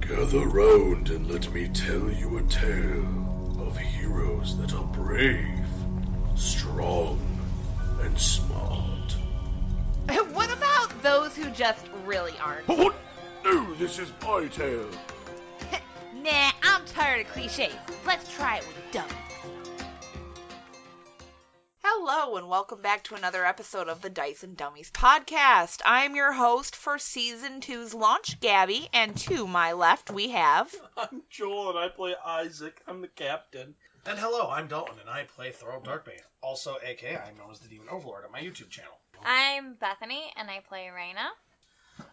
Gather round and let me tell you a tale of heroes that are brave, strong, and smart. what about those who just really aren't? What? No, this is my tale. nah, I'm tired of cliches. Let's try it with dummies. Hello, and welcome back to another episode of the Dice and Dummies podcast. I am your host for season two's launch, Gabby, and to my left we have. I'm Joel and I play Isaac. I'm the captain. And hello, I'm Dalton, and I play Thorold Darkbane, also aka I'm known as the Demon Overlord on my YouTube channel. I'm Bethany, and I play Raina.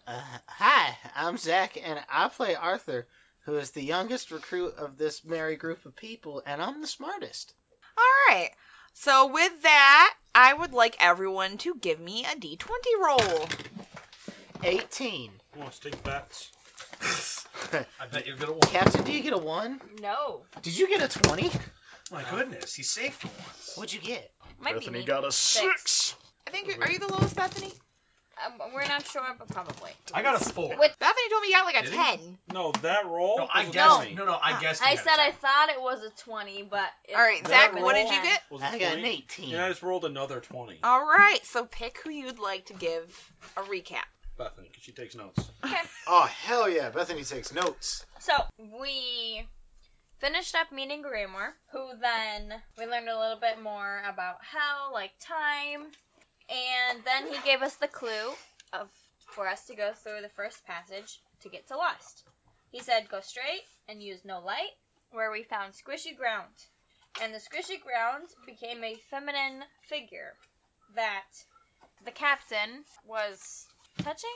Uh, hi, I'm Zach, and I play Arthur, who is the youngest recruit of this merry group of people, and I'm the smartest. All right, so with that, I would like everyone to give me a d20 roll. 18. Who wants to take bets? I bet you're good at one. Captain, do you get a 1? No. Did you get a 20? My goodness, he's safe for once. What'd you get? Might be Bethany me. got a Six. six. I think you're, are you the lowest, Bethany? Um, we're not sure, but probably. I got a four. What- Bethany told me you got like a Did he? 10. No, that roll. No, I was a guessed. twenty. No, no, I guessed. I you had said a I ten. thought it was a 20, but. it- All right, it Zach, was what a did you 10. get? Was a I got an 20. 18. And I just rolled another twenty. All right, so pick who you'd like to give a recap. Bethany, 'cause she takes notes. Oh, hell yeah. Bethany takes notes. So, we finished up meeting Greymore, who then we learned a little bit more about hell, like time, and then he gave us the clue of for us to go through the first passage to get to Lost. He said, go straight and use no light, where we found squishy ground. And the squishy ground became a feminine figure that the captain was touching,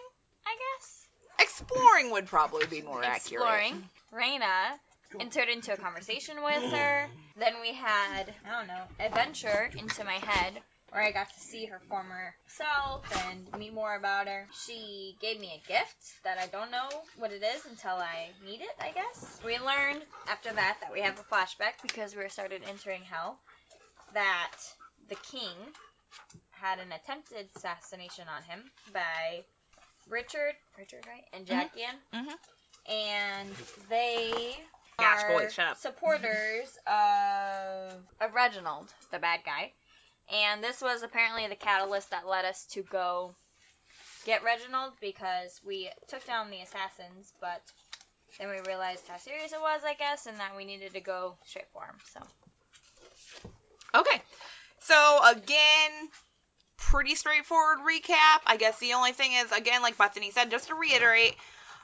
I guess? Exploring would probably be more accurate. exploring Raina, entered into a conversation with her. Then we had, I don't know, adventure into my head where I got to see her former self and meet more about her. She gave me a gift that I don't know what it is until I need it, I guess. We learned after that that we have a flashback because we started entering hell that the king had an attempted assassination on him by Richard, Richard, right? And Mhm. Jackian Mhm. and they Gosh, are boy, shut up. supporters of, of Reginald, the bad guy. And this was apparently the catalyst that led us to go get Reginald because we took down the assassins, but then we realized how serious it was, I guess, and that we needed to go straight for him. So Okay, so again, pretty straightforward recap. I guess the only thing is, again, like Bethany said, just to reiterate,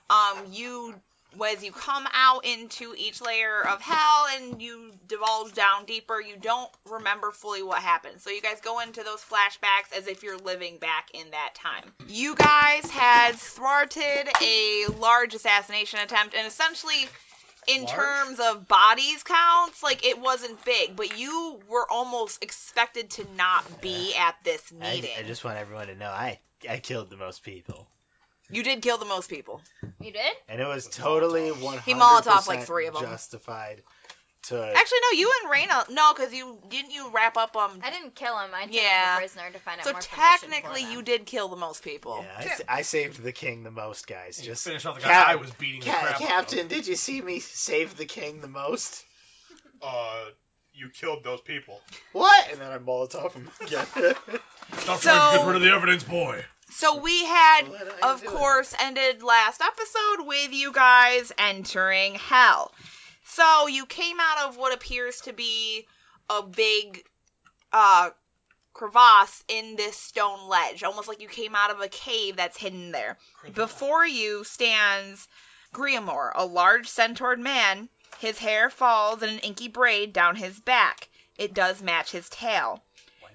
um, you as you come out into each layer of hell and you divulge down deeper, you don't remember fully what happened. So you guys go into those flashbacks as if you're living back in that time. You guys had thwarted a large assassination attempt and essentially in Large? terms of bodies counts, like it wasn't big, but you were almost expected to not be at this meeting. want everyone to know I, I killed the most people. You did kill the most people. you did? And it was With totally Molotov. 100 He Molotov, like, three of 'em. justified to. Actually, no, you and Raina. No, because you didn't you wrap up um I didn't kill him. I took Yeah. him prisoner to find out So more. technically, you did kill the most people. I, saved the king the most, guys. You finish off the guy Cap- I was beating the crap out of. Captain, did you see me save the king the most? uh, you killed those people. What? And then I Molotov him again. Stop So- trying to get rid of the evidence, boy. So we had, What are you of doing? course, ended last episode with you guys entering hell. So you came out of what appears to be a big uh, crevasse in this stone ledge, almost like you came out of a cave that's hidden there. Before you stands Griamor, a large centaured man. His hair falls in an inky braid down his back. It does match his tail.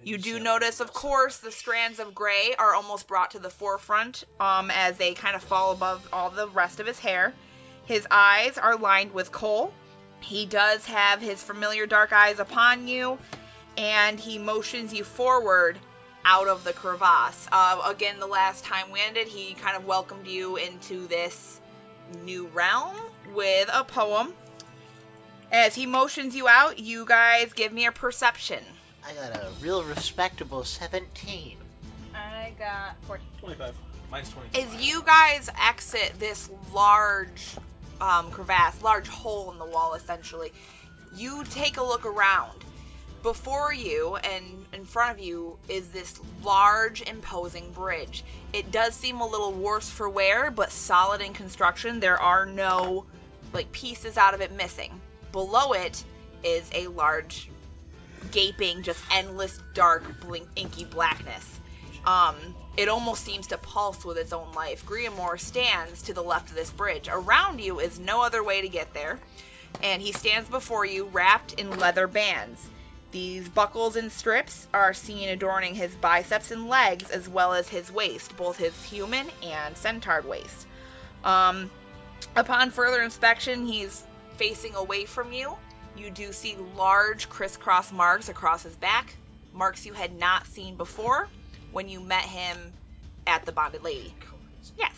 You do notice, of course, the strands of gray are almost brought to the forefront um, as they kind of fall above all the rest of his hair. His eyes are lined with coal. He does have his familiar dark eyes upon you, and he motions you forward out of the crevasse. Uh, again, the last time we ended, he kind of welcomed you into this new realm with a poem. As he motions you out, you guys give me a perception. I got a real respectable 17. I got 14. Twenty-five. Mine's twenty. As you guys exit this large um, crevasse, large hole in the wall, essentially. You take a look around. Before you and in front of you is this large, imposing bridge. It does seem a little worse for wear, but solid in construction. There are no like pieces out of it missing. Below it is a large, gaping, just endless, dark, blink, inky blackness. Um, it almost seems to pulse with its own life. Griamore stands to the left of this bridge. Around you is no other way to get there, and he stands before you wrapped in leather bands. These buckles and strips are seen adorning his biceps and legs as well as his waist, both his human and centaur waist. Um, Upon further inspection, he's facing away from you. You do see large crisscross marks across his back, marks you had not seen before when you met him at the Bonded Lady. Yes,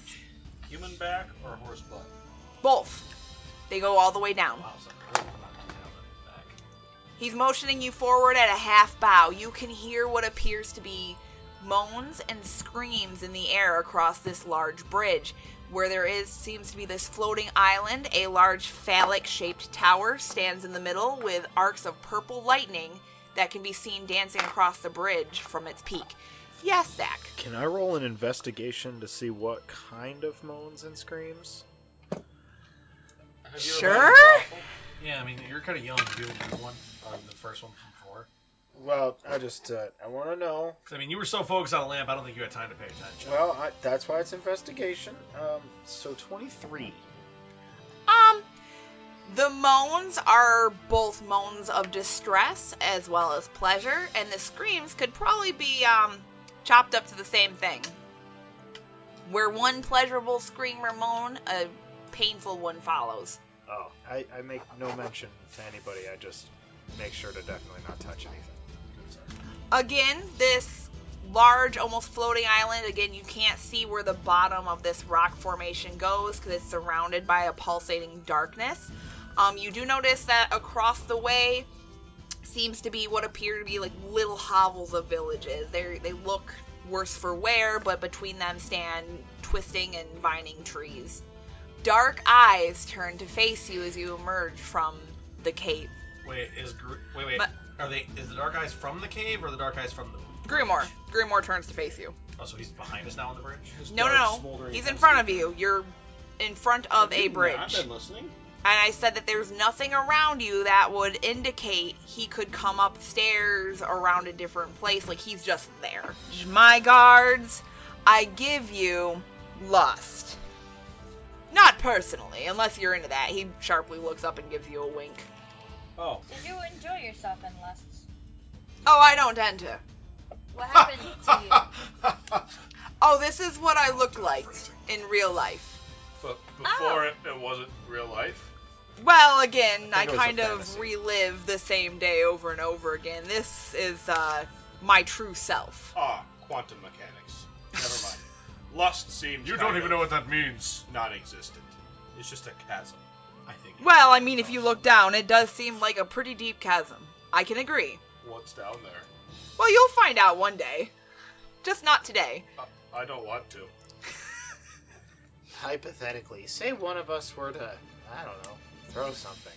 Human back or horse butt? both. They go all the way down. Wow, something really knocked me down on my back. He's motioning you forward at a half bow. You can hear what appears to be moans and screams in the air across this large bridge, where there is seems to be this floating island. A large phallic-shaped tower stands in the middle with arcs of purple lightning that can be seen dancing across the bridge from its peak. Yes, Zach. Can I roll an investigation to see what kind of moans and screams? Have you ever Sure? had an awful- Yeah, I mean, you're kind of young to be able to do one, um, the first one from four. Well, I just uh, I want to know. 'Cause, I mean, you were so focused on a lamp, I don't think you had time to pay attention. Well, I, that's why it's investigation. Um, so twenty three. Um, the moans are both moans of distress as well as pleasure, and the screams could probably be um chopped up to the same thing. Where one pleasurable scream or moan, a painful one follows. Oh, I, I make no mention to anybody. I just make sure to definitely not touch anything. Again, this large, almost floating island. Again, you can't see where the bottom of this rock formation goes because it's surrounded by a pulsating darkness. Um, you do notice that across the way seems to be what appear to be like little hovels of villages. They they look worse for wear, but between them stand twisting and vining trees. Dark eyes turn to face you as you emerge from the cave. Wait, is Gr- wait wait But- are they? Is the dark eyes from the cave or the dark eyes from the? Grimoire. Grimoire turns to face you. Oh, so he's behind us now on the bridge. Just No, dark, no, no. smoldering He's in intensity. front of you. You're in front of a Dude, bridge. I've And been listening. I said that there's nothing around you that would indicate he could come upstairs around a different place. Like, he's just there. My guards, I give you lust. Not personally, unless you're into that. He sharply looks up and gives you a wink. Oh, Did you enjoy yourself in Lust? Oh, I don't enter. What happened to you? Oh, this is what I looked like in real life. But Ah. before it, it wasn't real life. Well, again, I I, think it was a kind of fantasy. relive the same day over and over again. This is uh, my true self. Ah, quantum mechanics. Never mind. Lust seems You kind don't even of know what that means. non-existent. It's just a chasm. I think. Well, I mean, if you look down, it does seem like a pretty deep chasm. I can agree. What's down there? Well, you'll find out one day. Just not today. I don't want to. Hypothetically, say one of us were to, I don't know, throw something.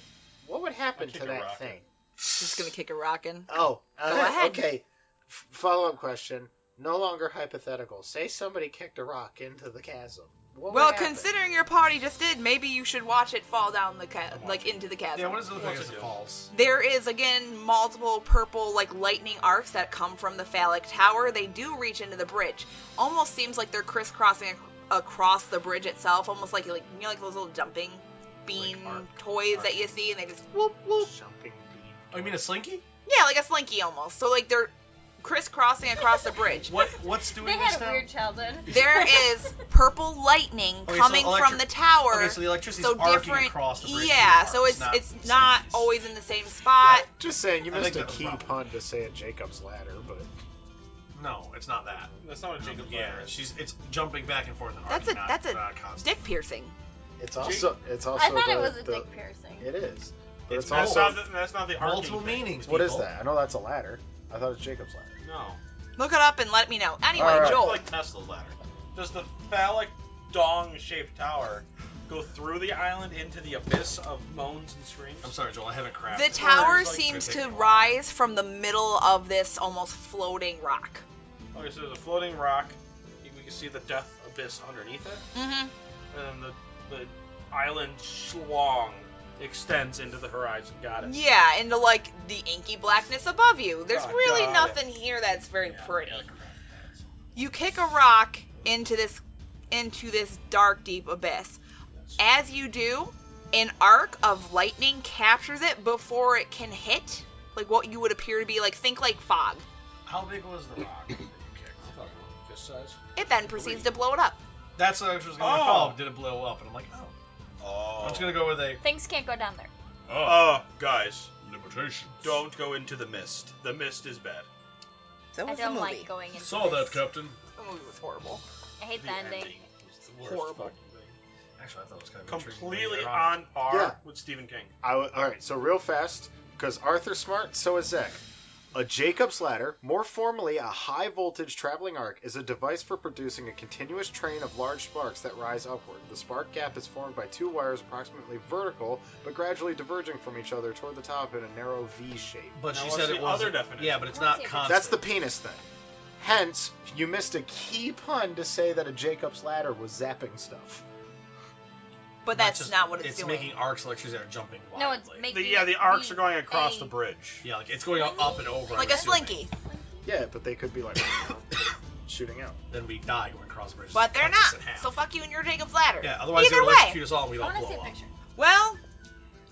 What would happen I'd to kick a that rocket. thing? Just gonna kick a rockin'. Oh, Go uh, ahead. okay. F- follow up question. No longer hypothetical. Say somebody kicked a rock into the chasm. What would Well, happen? considering your party just did, maybe you should watch it fall down the ca- I'm like watching. into the chasm. Yeah, what does it look like as What's it it do? falls? There is again multiple purple like lightning arcs that come from the phallic tower. They do reach into the bridge. Almost seems like they're crisscrossing ac- across the bridge itself, almost like like you know like those little jumping beam arc- toys arc. that you see, and they just whoop whoop. Jumping beam. Oh, you mean a slinky? Yeah, like a slinky almost. So like they're crisscrossing across the bridge. What what's doing They this had a now? weird childhood. There is purple lightning Okay, so coming from electric- the tower. Okay, so the electricity's so arcing different. across the bridge. yeah, with so arcs, it's it's not slinkies. always in the same spot. Just saying, you I missed think a that's key a problem. pun to say a Jacob's ladder, but No, it's not that. That's not a Jacob Yeah, ladder. she's it's jumping back and forth. uh, And That's arcing, a- not, that's a not constant. Dick piercing. it's also it's also I thought the, it was a the- dick piercing. It is, but It's it's, that's, also not the, that's not the arcing Multiple thing. meanings. what is people. that? I know that's a ladder. I thought it's Jacob's ladder. No. Look it up and let me Oh. know. Anyway, All right. It's Joel. like Tesla's ladder. Does the phallic dong-shaped tower go through the island into the abyss of moans and screams. I'm sorry, Joel. I haven't crafted. The tower like seems taking to a while. rise from the middle of this almost floating rock. Okay, so there's a floating rock. You, we can see the death abyss underneath it, Mm-hmm. and then the the island schlong extends into the horizon. Got it. Yeah, into like the inky blackness above you. There's Oh, really got nothing here that's very Yeah, pretty. yeah, crap. You kick a rock into this into this dark deep abyss. As you do, an arc of lightning captures it before it can hit like what you would appear to be like think like fog. How big was the rock? that you kicked? That's- fucking fist size. It then proceeds to blow it up. That's what I was going to Oh. follow. Did it blow up? And I'm like, oh. Oh. I'm just going to go with a. Things can't go down there. Oh, guys, Limitations. don't go into the mist. The mist is bad. So I was the don't movie. like going into this. Captain. The movie was horrible. I hate the, ending. was the worst Horrible. fucking thing. Actually, I thought it was kind of Completely intriguing. on par Yeah. with Stephen King. I w- all right, so real fast, because Arthur's smart, so is Zek. A Jacob's ladder, more formally a high voltage traveling arc, is a device for producing a continuous train of large sparks that rise upward. The spark gap is formed by two wires approximately vertical, but gradually diverging from each other toward the top in a narrow V shape. But Now, she what's said the it was other definition? Yeah, but it's I wanna not see if it's- constant. That's the penis thing. Hence, you missed a key pun to say that a Jacob's ladder was zapping stuff. But Not that's just- not what it's, it's doing. making arcs like she's there jumping wildly. No, it's making. The, yeah, the arcs are going across a- the bridge. Yeah, like it's going up and over. like I'm a assuming. slinky. Yeah, but they could be like shooting out. Then we die going across the bridge. But they're Cuts us not. in half. So fuck you and your Jacob's ladder. yeah, otherwise Either they'll way. execute us all and we I don't want to blow see a up. picture. Well,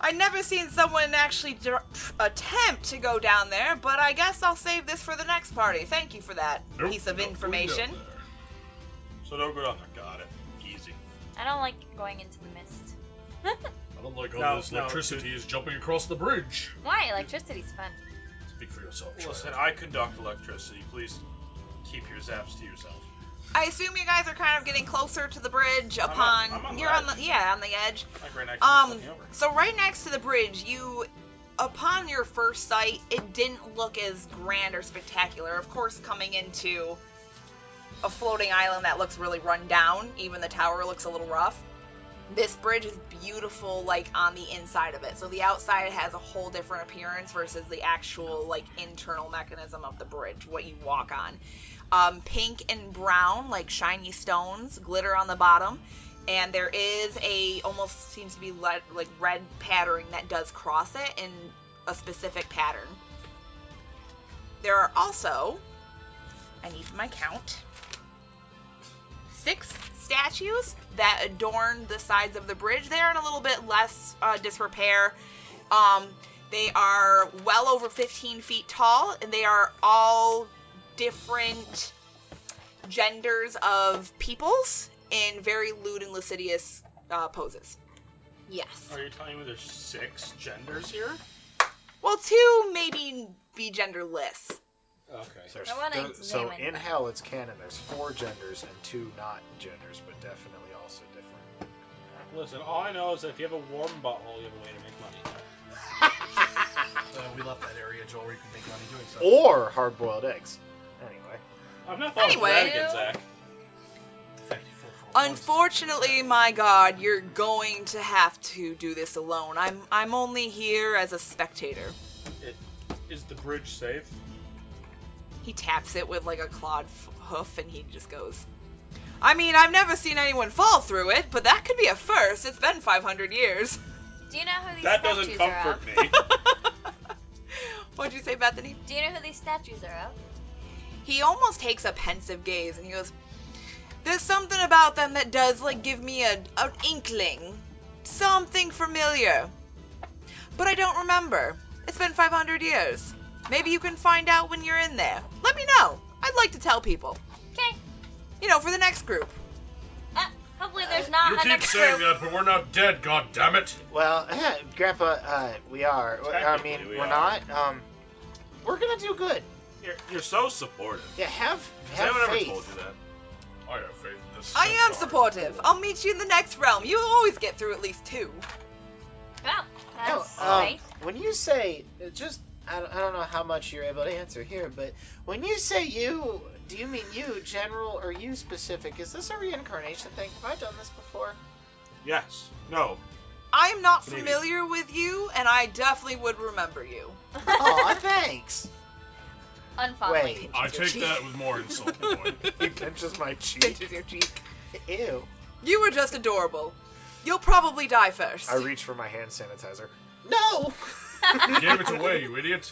I never seen someone actually dr- attempt to go down there, but I guess I'll save this for the next party. Thank you for that piece of information. So don't go down there. Got it. Easy. I don't like going into the mist. I don't like all No, this no, electricity is jumping across the bridge. Why? Electricity's fun. Speak for yourself. Listen, I conduct electricity. Please keep your zaps to yourself. I assume you guys are kind of getting closer to the bridge I'm on- upon I'm on the you're on edge. the yeah, on the edge. Like right next to Um something over. so right next to the bridge, you upon your first sight, it didn't look as grand or spectacular. Of course, coming into a floating island that looks really run down, even the tower looks a little rough. This bridge is beautiful like on the inside of it. So the outside has a whole different appearance versus the actual like internal mechanism of the bridge, what you walk on. Um, pink and brown like shiny stones glitter on the bottom and there is a almost seems to be le- like red patterning that does cross it in a specific pattern. There are also, I need my count, six statues that adorn the sides of the bridge. They are in a little bit less uh, disrepair. Um, they are well over 15 feet tall, and they are all different genders of peoples in very lewd and lascivious uh, poses. Yes. Are you telling me there's six genders here? Well, two maybe be genderless. Okay. So, there's- I wanna there- so examine in that. hell, it's canon. There's four genders and two not genders, but definitely also different. Listen, all I know is that if you have a warm butthole, you have a way to make money. Uh, we left that area, Joel, where you can make money doing stuff. Oh. Or hard-boiled eggs. Anyway, I'm not falling for that Anyway. again, Zach. Thank you for- for once. Unfortunately, my god, you're going to have to do this alone. I'm I'm only here as a spectator. Is the bridge safe? He taps it with like a clawed f- hoof and he just goes. I mean, I've never seen anyone fall through it, but that could be a first. It's been 500 years. Do you know who these That doesn't statues are comfort of? me. What'd you say, Bethany? Do you know who these statues are of? he almost takes a pensive gaze and he goes, There's something about them that does, like, give me a, an inkling. Something familiar. But I don't remember. It's been 500 years. Maybe you can find out when you're in there. Let me know. I'd like to tell people. Okay. You know, for the next group. Uh, hopefully there's not a next group. that, but we're not dead, God damn it! Well, Grandpa, uh, we are. I Technically, mean, we we are are. not. Um, we're gonna do good. You're, you're so supportive. Yeah, have Has have anyone faith. ever told you that? I have faith in this. I am supportive. I'll meet you in the next realm. You always get through at least two. Well, No, Oh, that's um, right. when you say just, I don't, I don't know how much you're able to answer here, but when you say you, do you mean you general or you specific? Is this a reincarnation thing? Have I done this before? Yes. No. I am not Maybe. familiar with you, and I definitely would remember you. Aw, thanks. Unfollowing. Wait. I take that with more insult. Boy. He pinches my cheek. Pinches your cheek. E-, Ew. You were just adorable. You'll probably die first. I reach for my hand sanitizer. No. You gave it away, you idiot.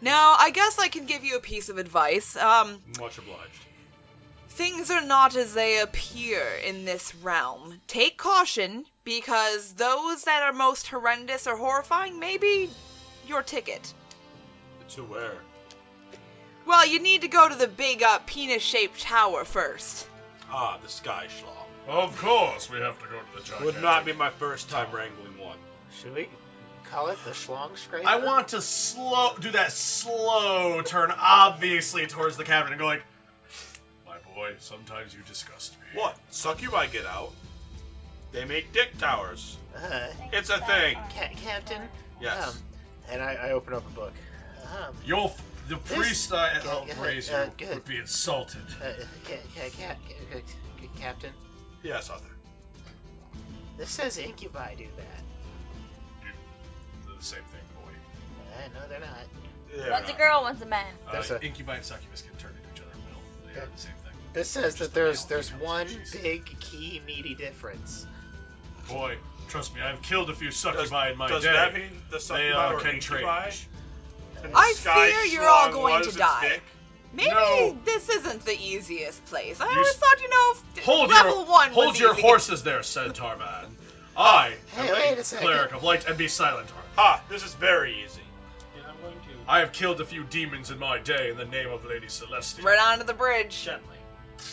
now, I guess I can give you a piece of advice. Um, Much obliged. Things are not as they appear in this realm. Take caution, because those that are most horrendous or horrifying may be your ticket. To where? Well, you need to go to the big, uh, penis shaped tower first. Ah, the Sky Schlaw. Of course, we have to go to the giant. Would not be my first time wrangling one. Should we call it the schlong scraper? I want to slow do that slow turn, obviously towards the cabin, and go like, "My boy, sometimes you disgust me." What? Succubi get out? They make dick towers. Uh, It's a thing. ca- Captain. Yes. Um, And I, I open up a book. um, Your f- the This- priest I helped yeah, raise yeah, you good. would be insulted. uh, ca- ca- ca- ca- ca- Captain. yes, Arthur. This says incubi do that. They're the same thing, boy. Uh, no, they're not. Yeah, One's a girl, one's a man. There's uh, a- incubi and succubus can turn into each other. Will they are the same thing? This says that the there's male there's female one species. big key meaty difference. Boy, trust me, I've killed a few succubi in my Does day. that mean the they succubi uh, or can incubi? change. And the I Sky fear you're all Schlaw going was to its die. dick? Maybe No. this isn't the easiest place. I You always s- thought, you know, f- Hold level your one hold was your easy. horses there, said Tarman. I Hey, am wait a, a second. cleric of light and be silent, Tarman. Ha! This is very easy. And I'm going to I have killed a few demons in my day in the name of Lady Celestia. Right onto the bridge. gently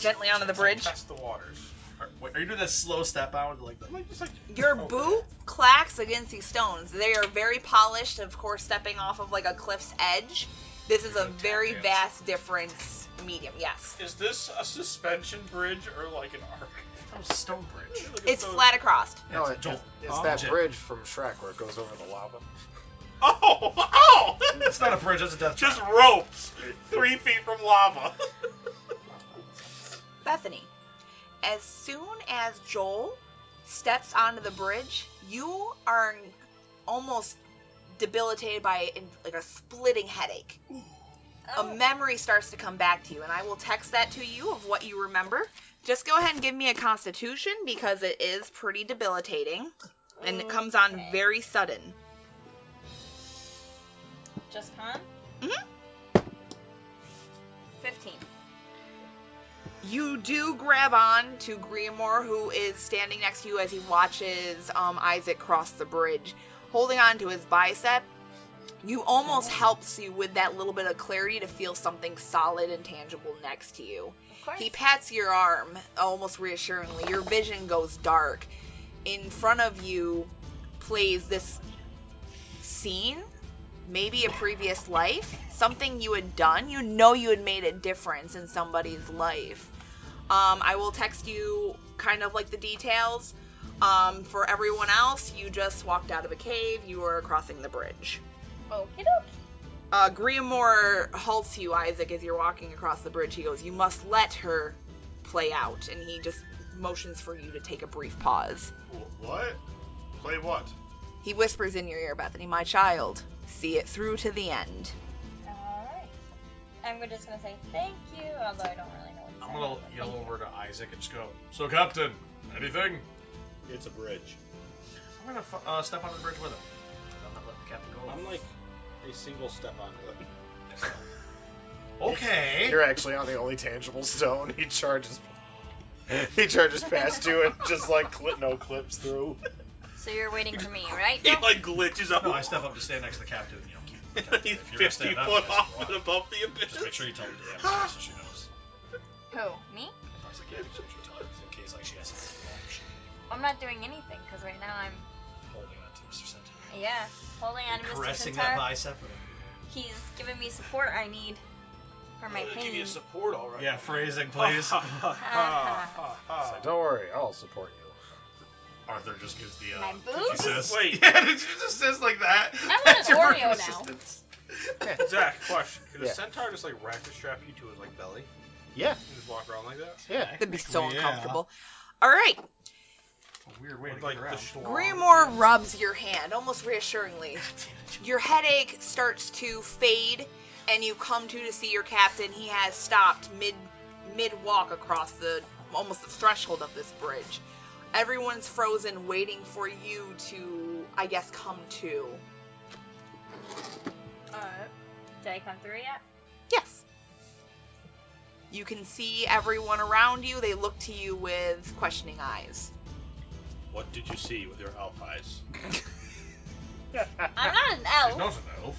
Gently onto the bridge. test the waters. Are, wait, are you doing that slow step out like that? Like, just like Your Okay. boot clacks against these stones. They are very polished, of course, stepping off of like a cliff's edge. This is a Tap very dance. vast difference medium, yes. Is this a suspension bridge or like an arc? That was Stonebridge. Look at It's those- flat across. No, it, Yeah, it's a it's, jolt. it's Oh. that Jim. bridge from Shrek where it goes over the lava. Oh! Oh! That's not a bridge, that's a death Just ropes! Three feet from lava. Bethany, as soon as Joel steps onto the bridge, you are almost debilitated by like a splitting headache. a Oh, memory starts to come back to you, and I will text that to you of what you remember. Just go ahead and give me a constitution because it is pretty debilitating Oh, and it comes on Okay. very sudden. just con? Mhm. 15. You do grab on to Griamore, who is standing next to you as he watches um, Isaac cross the bridge, holding on to his bicep. You almost helps you with that little bit of clarity to feel something solid and tangible next to you. Of course. He pats your arm, almost reassuringly. Your vision goes dark. In front of you plays this scene, maybe a previous life, something you had done. You know you had made a difference in somebody's life. Um, I will text you kind of like the details. Um, for everyone else, you just walked out of a cave. You are crossing the bridge. Okie Uh, Griamore halts you, Isaac, as you're walking across the bridge. He goes, You must let her play out. And he just motions for you to take a brief pause. What? Play what? He whispers in your ear, Bethany, My child, see it through to the end. Alright. I'm just gonna say thank you, although I don't really know what to I'm say, gonna but yell thank over to Isaac and just go, So, Captain, anything? It's a bridge. I'm gonna fu- uh, step onto the bridge with him. I'm not letting Captain go. I'm like a single step onto it. okay. You're actually on the only tangible stone. He charges. He charges past you and just like clip, no clips through. you. So you're waiting for me, right? He like glitches up. No, I step up to stand next to the captain. You know, keep the captain. He's If you're gonna 50 stand up, foot just off walk. and above the abyss. Just make sure you tell me the ambulance so she knows. Who? Me? I was like, yeah, make sure you tell her in case like she has something wrong. She's I'm not doing anything because right now I'm holding on to Mr. Centaur. yeah holding on to Mr. Caressing Centaur. that bicep. with her. He's giving me support I need for my Uh, pain. Give me a support, all right. Yeah, phrasing, please. Uh-huh. Oh, So Uh, don't worry, I'll support you. Arthur just gives the uh, My cookie boobs? says. Wait. yeah, it just says like that. want That's an your Oreo virtual now. assistance. Zach, question. Could Yeah. a centaur just like ratchet strap you to his like belly? Yeah, You just walk around like that. yeah. That'd be so Technically, yeah. uncomfortable. All right. It's a weird way to Like get the around. schlong. Grimoire rubs your hand almost reassuringly. Your headache starts to fade, and you come to to see your captain. He has stopped mid mid walk across the almost the threshold of this bridge. Everyone's frozen, waiting for you to, I guess, come to. Uh, did I come through yet? Yes. You can see everyone around you. They look to you with questioning eyes. What did you see with your elf eyes? I'm not an He's elf. not an elf.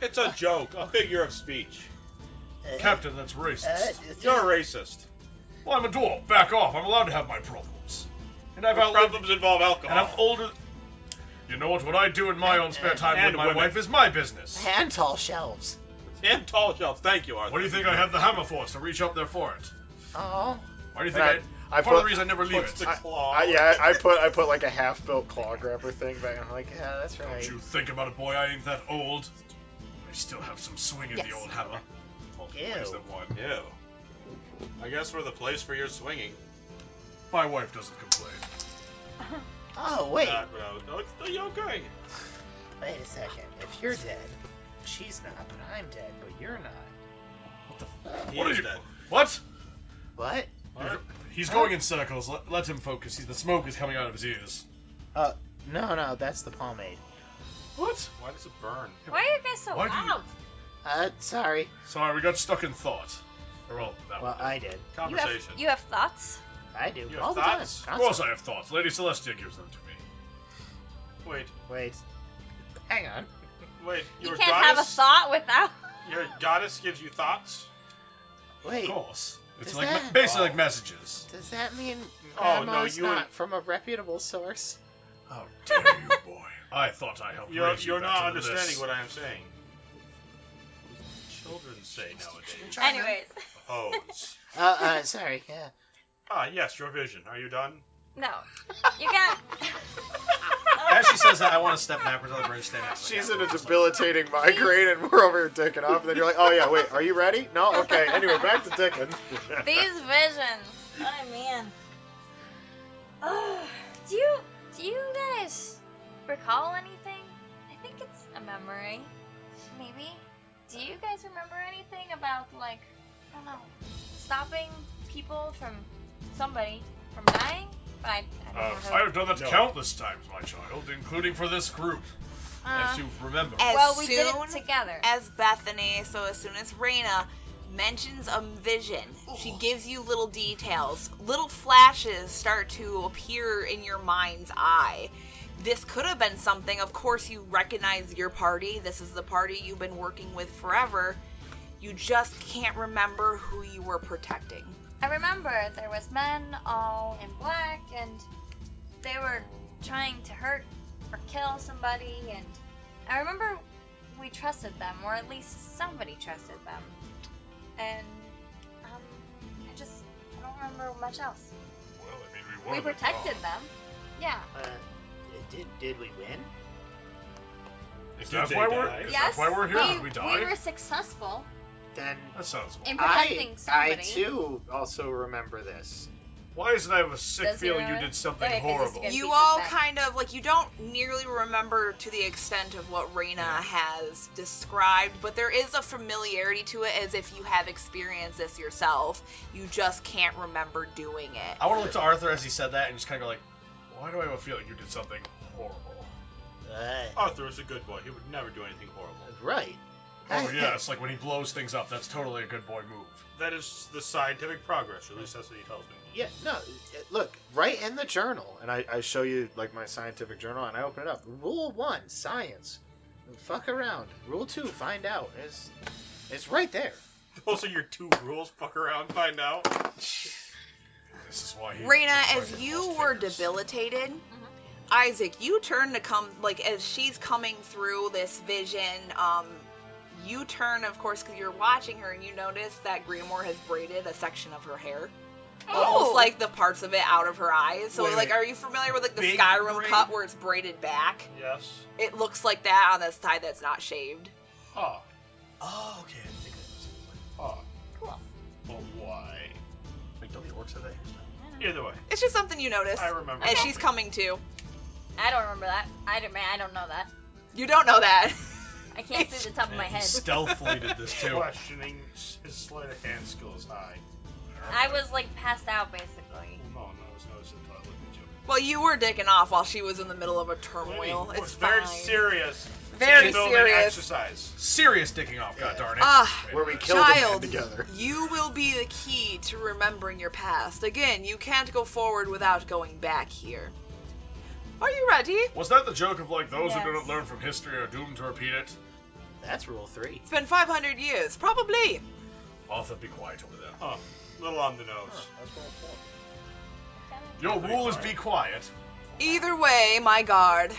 It's a joke, a figure of speech. Uh, Captain, that's racist. You're a racist. Well, I'm a dwarf. Back off. I'm allowed to have my problems. And I've Your outlived problems involve And I'm alcohol. older. You know what? What I do in my own spare time with And my women. wife is my business. Hand tall shelves. And tall shelves. Thank you, Arthur. What do you think I have the hammer for? Is to reach up there for it. Oh, Why do you think I? And I, I part of put, the reason I never leave Puts the it. claw. I, yeah, I I put, I put like a half-built claw grabber thing back, and I'm like, yeah, that's Don't right. you think about it, boy? I ain't that old. I still have some swing in Yes. the old hammer. Oh, Ew. where's the one? Ew. I guess we're the place for your swinging. My wife doesn't complain. oh, wait, Not when I was- oh, it's still yokai. wait a second. If you're dead, she's not, but I'm dead, but you're not. He What is did you- dead. What? What? What? He's going in circles. Let, let him focus. He, the smoke is coming out of his ears. No, no, that's the pomade. What? Why does it burn? Why are you guys so Why do you- loud? Uh, sorry. Sorry, we got stuck in thought. Or all that Well, I did. You have, Conversation. you have thoughts? I do You have all the thoughts? time. Of course, I have thoughts. Lady Celestia gives them to me. Wait, Wait. Hang on. wait. You Your can't goddess, have a thought without. Your goddess gives you thoughts. Wait. Of course. It's Is like that- basically Oh. like messages. Does that mean Oh, no, Grandma's you would- not from a reputable source? How dare you, boy! I thought I helped You're, raise you you're back not to the understanding list. what I am saying. Children say nowadays. Anyways, Hose. Uh, uh, sorry. Yeah. Ah, yes, your vision. Are you done? no. You can't. As she says that, I want to step backwards on the bridge, stand next to the She's guy. in a debilitating migraine, and we're over here dicking off. And then you're like, oh yeah, wait, are you ready? No, okay. Anyway, back to dicking. These visions. Oh man. Oh, do you do you guys recall anything? I think it's a memory. Maybe. Do you guys remember anything about like I don't know, stopping people from somebody from dying? But I, I Uh, don't I know. have done that No. countless times, my child, including for this group, who- as Uh, you remember. As well, we did soon it together. as Bethany, so as soon as Raina mentions a vision, she gives you little details. Little flashes start to appear in your mind's eye. This could have been something. Of course, you recognize your party. This is the party you've been working with forever. You just can't remember who you were protecting. I remember there was men all in black and they were trying to hurt or kill somebody and I remember we trusted them or at least somebody trusted them. And um I just I don't remember much else. Well, I mean, we, We wanted to protected draw. them. Yeah. Uh, did did we win? Is Did that they why we're- die? Is that yes. why we're here? Did We, we die? we were successful Then That sounds. in I, protecting I somebody. too also remember this. Why isn't I have a sick Does he feeling you remember? did something Wait, 'cause it's horrible? good. you features all back. kind of like you don't nearly remember to the extent of what Raina has described, but there is a familiarity to it as if you have experienced this yourself. You just can't remember doing it. I want to look to Arthur as he said that and just kind of go like, Why do I have a feeling you did something horrible? Uh, Arthur is a good boy. He would never do anything horrible. right. Oh yes, like when he blows things up. That's totally a good boy move. That is the scientific progress, or at least that's what he tells me. Yeah. No. uh, Look, Right in the journal, and I, I show you like my scientific journal, and I open it up. Rule one, science. Fuck around. Rule two, find out. It's, it's right there. Those are your two rules. Fuck around, find out. This is why he. Raina, that's why as he you lost were fingers. debilitated, Mm-hmm. Isaac, you turn to come like as she's coming through this vision. Um, you turn, of course, because you're watching her, and you notice that Grimoire has braided a section of her hair, Oh, almost like the parts of it out of her eyes. So, Wait, like, wait. are you familiar with like the Big Skyrim braid? cut where it's braided back? Yes. It looks like that on this side that's not shaved. Ah. oh, okay. I think that was Ah. Cool. or today. I Either way, It's just something you notice. I remember. And she's coming too. don't remember that. I don't. Man, I don't know that. You don't know that. I can't see the top of my And he head. stealthily did this too. Questioning his sleight of hand skills. I. I was like passed out basically. Well, no, no, it's no, it's a toilet joke. Well, you were dicking off while she was in the middle of a turmoil. Well, It's very fine. serious. Very team-building serious. Exercise. Serious dicking off. Yeah. God darn it. Ah, Where we killed a man child, together. you will be the key to remembering your past. Again, you can't go forward without going back here. Are you ready? Was that the joke of like those who Yes. don't learn from history are doomed to repeat it? That's rule three. It's been 500 years, probably. Arthur, be quiet over there. little on the nose. Your rule is be quiet. Either way, my guard,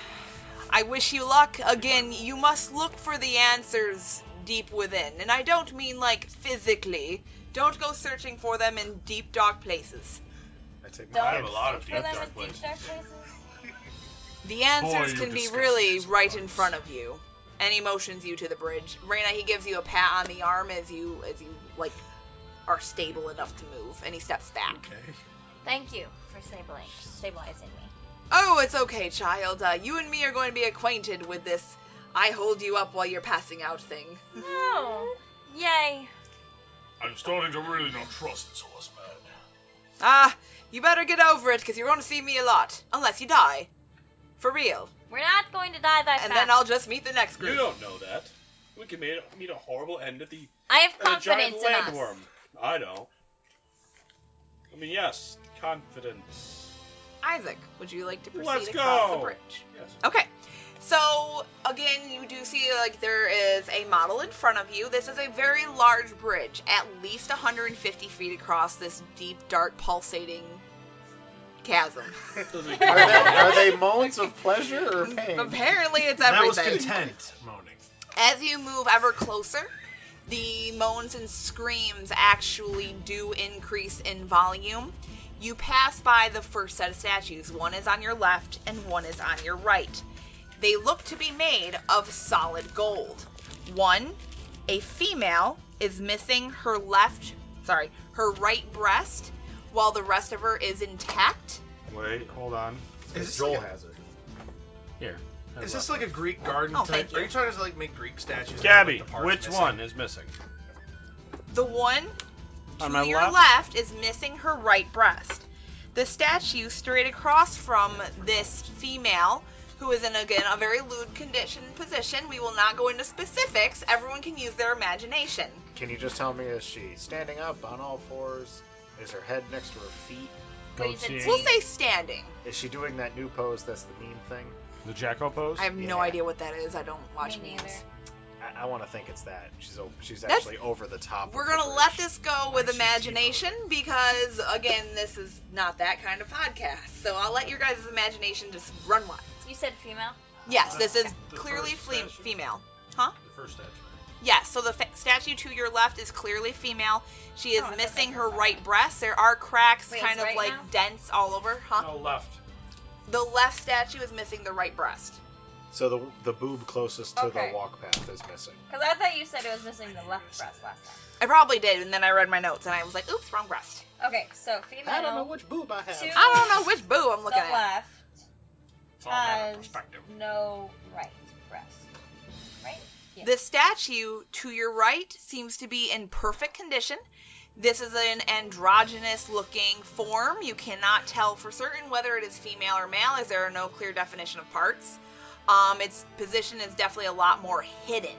I wish you luck. Again, you must look for the answers deep within. And I don't mean like physically. Don't go searching for them in deep, dark places. I take my Don't I have a lot of search for deep them dark in places. deep dark places. The answers you can be disgust me really sometimes. right in front of you. And he motions you to the bridge. Reyna, he gives you a pat on the arm as you as you like are stable enough to move, and he steps back. Okay. Thank you for stabling, stabilizing me. Oh, it's okay, child. Uh, you and me are going to be acquainted with this. I hold you up while you're passing out thing. Oh, yay! I'm starting to really not trust this horseman. Ah, you better get over it, because you're going to see me a lot. Unless you die. For real. We're not going to die that And fast. then I'll just meet the next You group. don't know that. We can meet, meet a horrible end at the I have at a giant confidence in us. landworm. I don't. I mean, yes, confidence. Isaac, would you like to proceed Let's across go. the bridge? Yes. Okay. So, again, you do see, like, there is a model in front of you. This is a very large bridge, at least 150 feet across this deep, dark, pulsating chasm. Are they, are they moans of pleasure or pain? Apparently, it's That was everything. content moaning. As you move ever closer, the moans and screams actually do increase in volume. You pass by the first set of statues. One is on your left and one is on your right. They look to be made of solid gold. One, a female, is missing her left, sorry, her right breast, while the rest of her is intact. Wait, hold on. Is this Joel like has it. a, is this like a Greek garden Oh, type? thank you. Are you trying to like make Greek statues? Gabby, with, like, the parts which missing? one is missing? The one On to your left? is missing her right breast. The statue straight across from this female, who is in again a very lewd condition position. We will not go into specifics. Everyone can use their imagination. Can you just tell me, is she standing up on all fours? Is her head next to her feet? Wait, is it Goatee. We'll tea? say standing. Is she doing that new pose that's the meme thing? The jackal pose? I have no Yeah. idea what that is. I don't watch Me memes. neither. I, I want to think it's that. She's o- she's That's- actually over the top. of We're the gonna bridge. let this go with Actually, imagination because again, this is not that kind of podcast. So I'll let your guys' imagination just run wild. You said female. Yes, this is The clearly first fle- statue? female. The first statue. Yes, so the fa- statue to your left is clearly female. She is Oh, I thought missing that her was- right breast. There are cracks, Wait, kind it's of right like now? dents all over, huh? No, left. The left statue is missing the right breast. So the the boob closest to Okay. the walk path is missing. Because I thought you said it was missing the left breast last time. I probably did, and then I read my notes and I was like, oops, wrong breast. Okay, so female. I don't know which boob I have. Two. I don't know which boo I'm the looking at. left It's all a matter of has perspective. no right breast. Right? Yeah. The statue to your right seems to be in perfect condition. This is an androgynous looking form. You cannot tell for certain whether it is female or male, as there are no clear definition of parts. Um, its position is definitely a lot more hidden,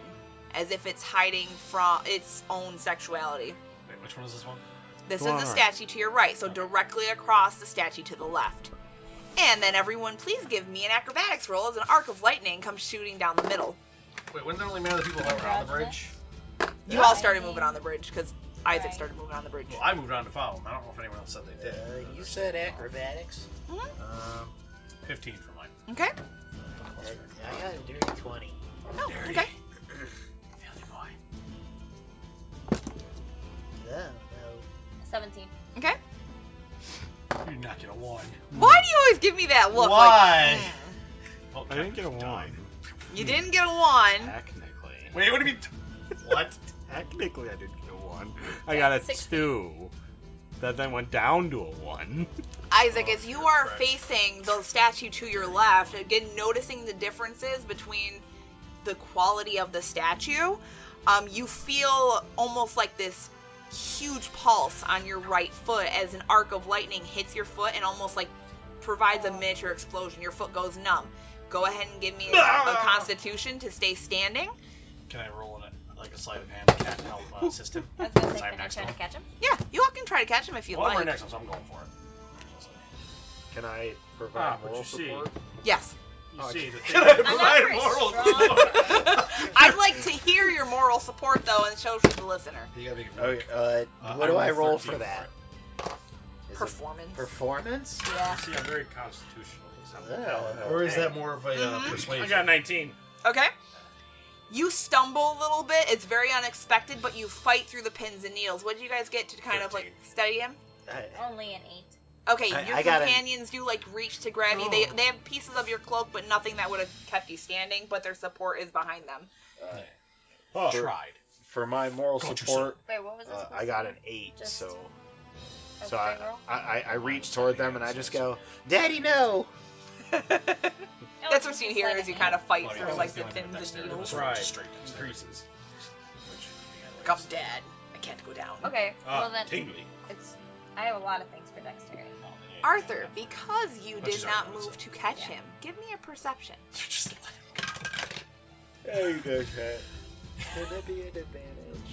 as if it's hiding from its own sexuality. Wait, which one is this one? This Go is the on. statue to your right, so directly across the statue to the left. And then everyone, please give me an acrobatics roll as an arc of lightning comes shooting down the middle. Wait, wouldn't that only matter the people that were on the bridge? You Yeah. all started moving on the bridge because Isaac Right. started moving on the bridge. Well, I moved on to follow them. I don't know if anyone else said they did. Uh, you said acrobatics. Hmm? Um, 15 for mine. Okay. I got a dirty twenty. Oh, okay. Filthy boy. Oh no. 17. Okay. You're not gonna one. Why do you always give me that look? Why? Like, Well, I didn't get a Captain one. died. "Mm, you didn't get a one. Technically. Wait, what do you mean? what? Technically, I didn't get a one. I Yeah, got a sixteen. two. That then went down to a one. Isaac, Oh, as you shit, are crap. facing the statue to your left, again noticing the differences between the quality of the statue, um, you feel almost like this huge pulse on your right foot as an arc of lightning hits your foot and almost like provides a Oh. miniature explosion. Your foot goes numb. Go ahead and give me a, a constitution to stay standing. Can I roll on it like a sleight of hand to cat help uh, assist him? I was gonna say, I'm can I next try to to him. catch him? Yeah, you all can try to catch him if you Well, I'm like. right next to him, so I'm going for it. Can I provide Ah, but moral you see. support? Yes. You Oh, I see, the Can thing I I'm provide not very moral strong. support? I'd like to hear your moral support though, and show to the listener. You gotta make a Okay, uh, Uh, what do I rolled roll 13 for that? Is it Performance. performance? Yeah. See, I'm very constitutional. 'cause I'm a paladin. Oh, Or is that okay. more of a Mhm. Mm-hmm. uh, I persuasion? got 19. Okay. You stumble a little bit. It's very unexpected, but you fight through the pins and needles. What did you guys get to kind of like study him? I- Only an eight. Okay, I- your I got an- Oh. companions do like reach to grab you. They they have pieces of your cloak, but nothing that would have kept you standing. But their support is behind them. Oh, Tried. For my moral Got yourself. support, Wait, what was it? uh, supposed I to got be? an eight. Just- So, A so I, straight roll? I, I, I reach toward them and I just go, "Daddy, no!" No, That's Oh, it's what just you a hear sleight as you hand. kind of fight Well, I mean, through it's like the the only thing pins with and dexterity. needles. Just Right. Straight dexterity. Increases. Which- Gum's dead. I can't go down. Okay, well Ah, then tingly. it's. I have a lot of things for dexterity. Arthur, because you Which did is not alright, so- move to catch Yeah. him, give me a perception. Just let him There you go, cat. Could that be an advantage?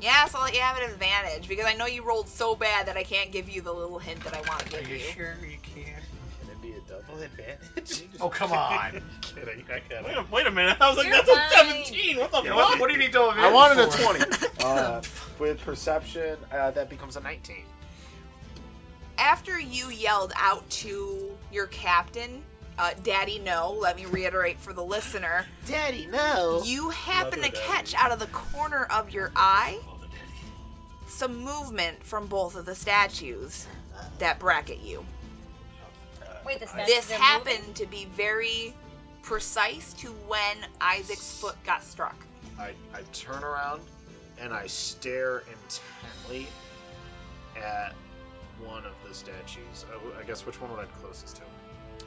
Yeah, so I'll let you have an advantage because I know you rolled so bad that I can't give you the little hint that I want to give you. you can? Can it be a double advantage? go. Oh, come on. kidding. I got Wait a, wait a minute. I was like, You're that's a fine. 17. What the Yeah, fuck? what- do you need to I wanted a twenty. Uh, with perception, uh, that becomes a nineteen. after you yelled out to your captain, uh, Daddy, no, let me reiterate for the listener, Daddy, no! you happen to Another daddy. catch out of the corner of your eye some movement from both of the statues that bracket you. Wait, the snatches This are moving? happened to be very precise to when Isaac's foot got struck. I, I turn around and I stare intently at one of the statues. I, w- I guess which one would I be closest to?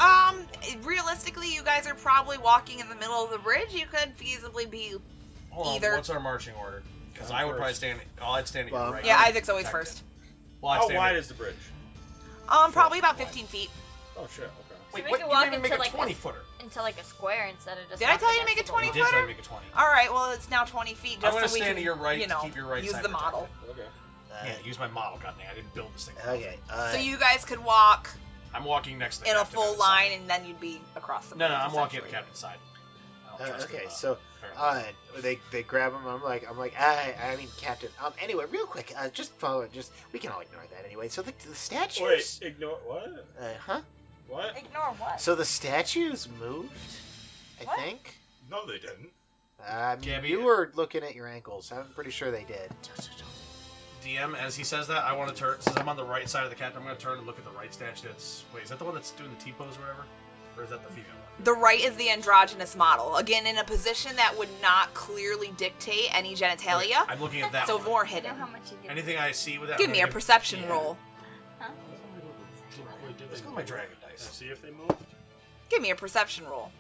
Um, realistically, you guys are probably walking in the middle of the bridge. You could feasibly be. Hold on, Either. what's our marching order? Because I'm I would probably first. stand. Oh, I'd stand at your Well, right. Yeah, I would Isaac's always protect first. it. Well, I'd How stand wide at- is the bridge? Um, probably about 15 feet. Oh, shit. Okay. So Wait, we what? could You walk didn't even into, make a like, a- twenty footer. Into like a square instead of just. Did I like tell an you to make a actual You 20 did try footer? to make a twenty. All right, well, it's now 20 feet. Just I'm gonna so we can, stand at your right you know, to keep your right use side the model. protected. Okay. Uh, Yeah, use my model, goddamn! I didn't build this thing. Okay, uh, So you guys could walk I'm walking next to the in a captain on full the side. line, and then you'd be across the. No, no, bridge, I'm walking at the essentially. captain's side. I don't uh, trust him, okay, uh, so apparently. uh, they they grab him. I'm like, I'm like, I, I mean, Captain. Um, anyway, real quick, uh, just follow. it, Just we can all ignore that anyway. So the, the Wait, statues, ignore. What? uh, huh? What? Ignore what? So the statues moved. I What? think. No, they didn't. Um, Gabby- you were looking at your ankles. I'm pretty sure they did. DM, as he says that, I want to turn. Since I'm on the right side of the captain, I'm going to turn and look at the right statue. That's wait, is that the one that's doing the T pose or whatever, or is that the female one? The right is the androgynous model, again in a position that would not clearly dictate any genitalia, I'm looking at that. so one. more I know hidden. how much you get. Anything I see with that? Give I'm me a gonna perception yeah. roll. Let's go with my dragon dice. See if they moved. Give me a perception roll.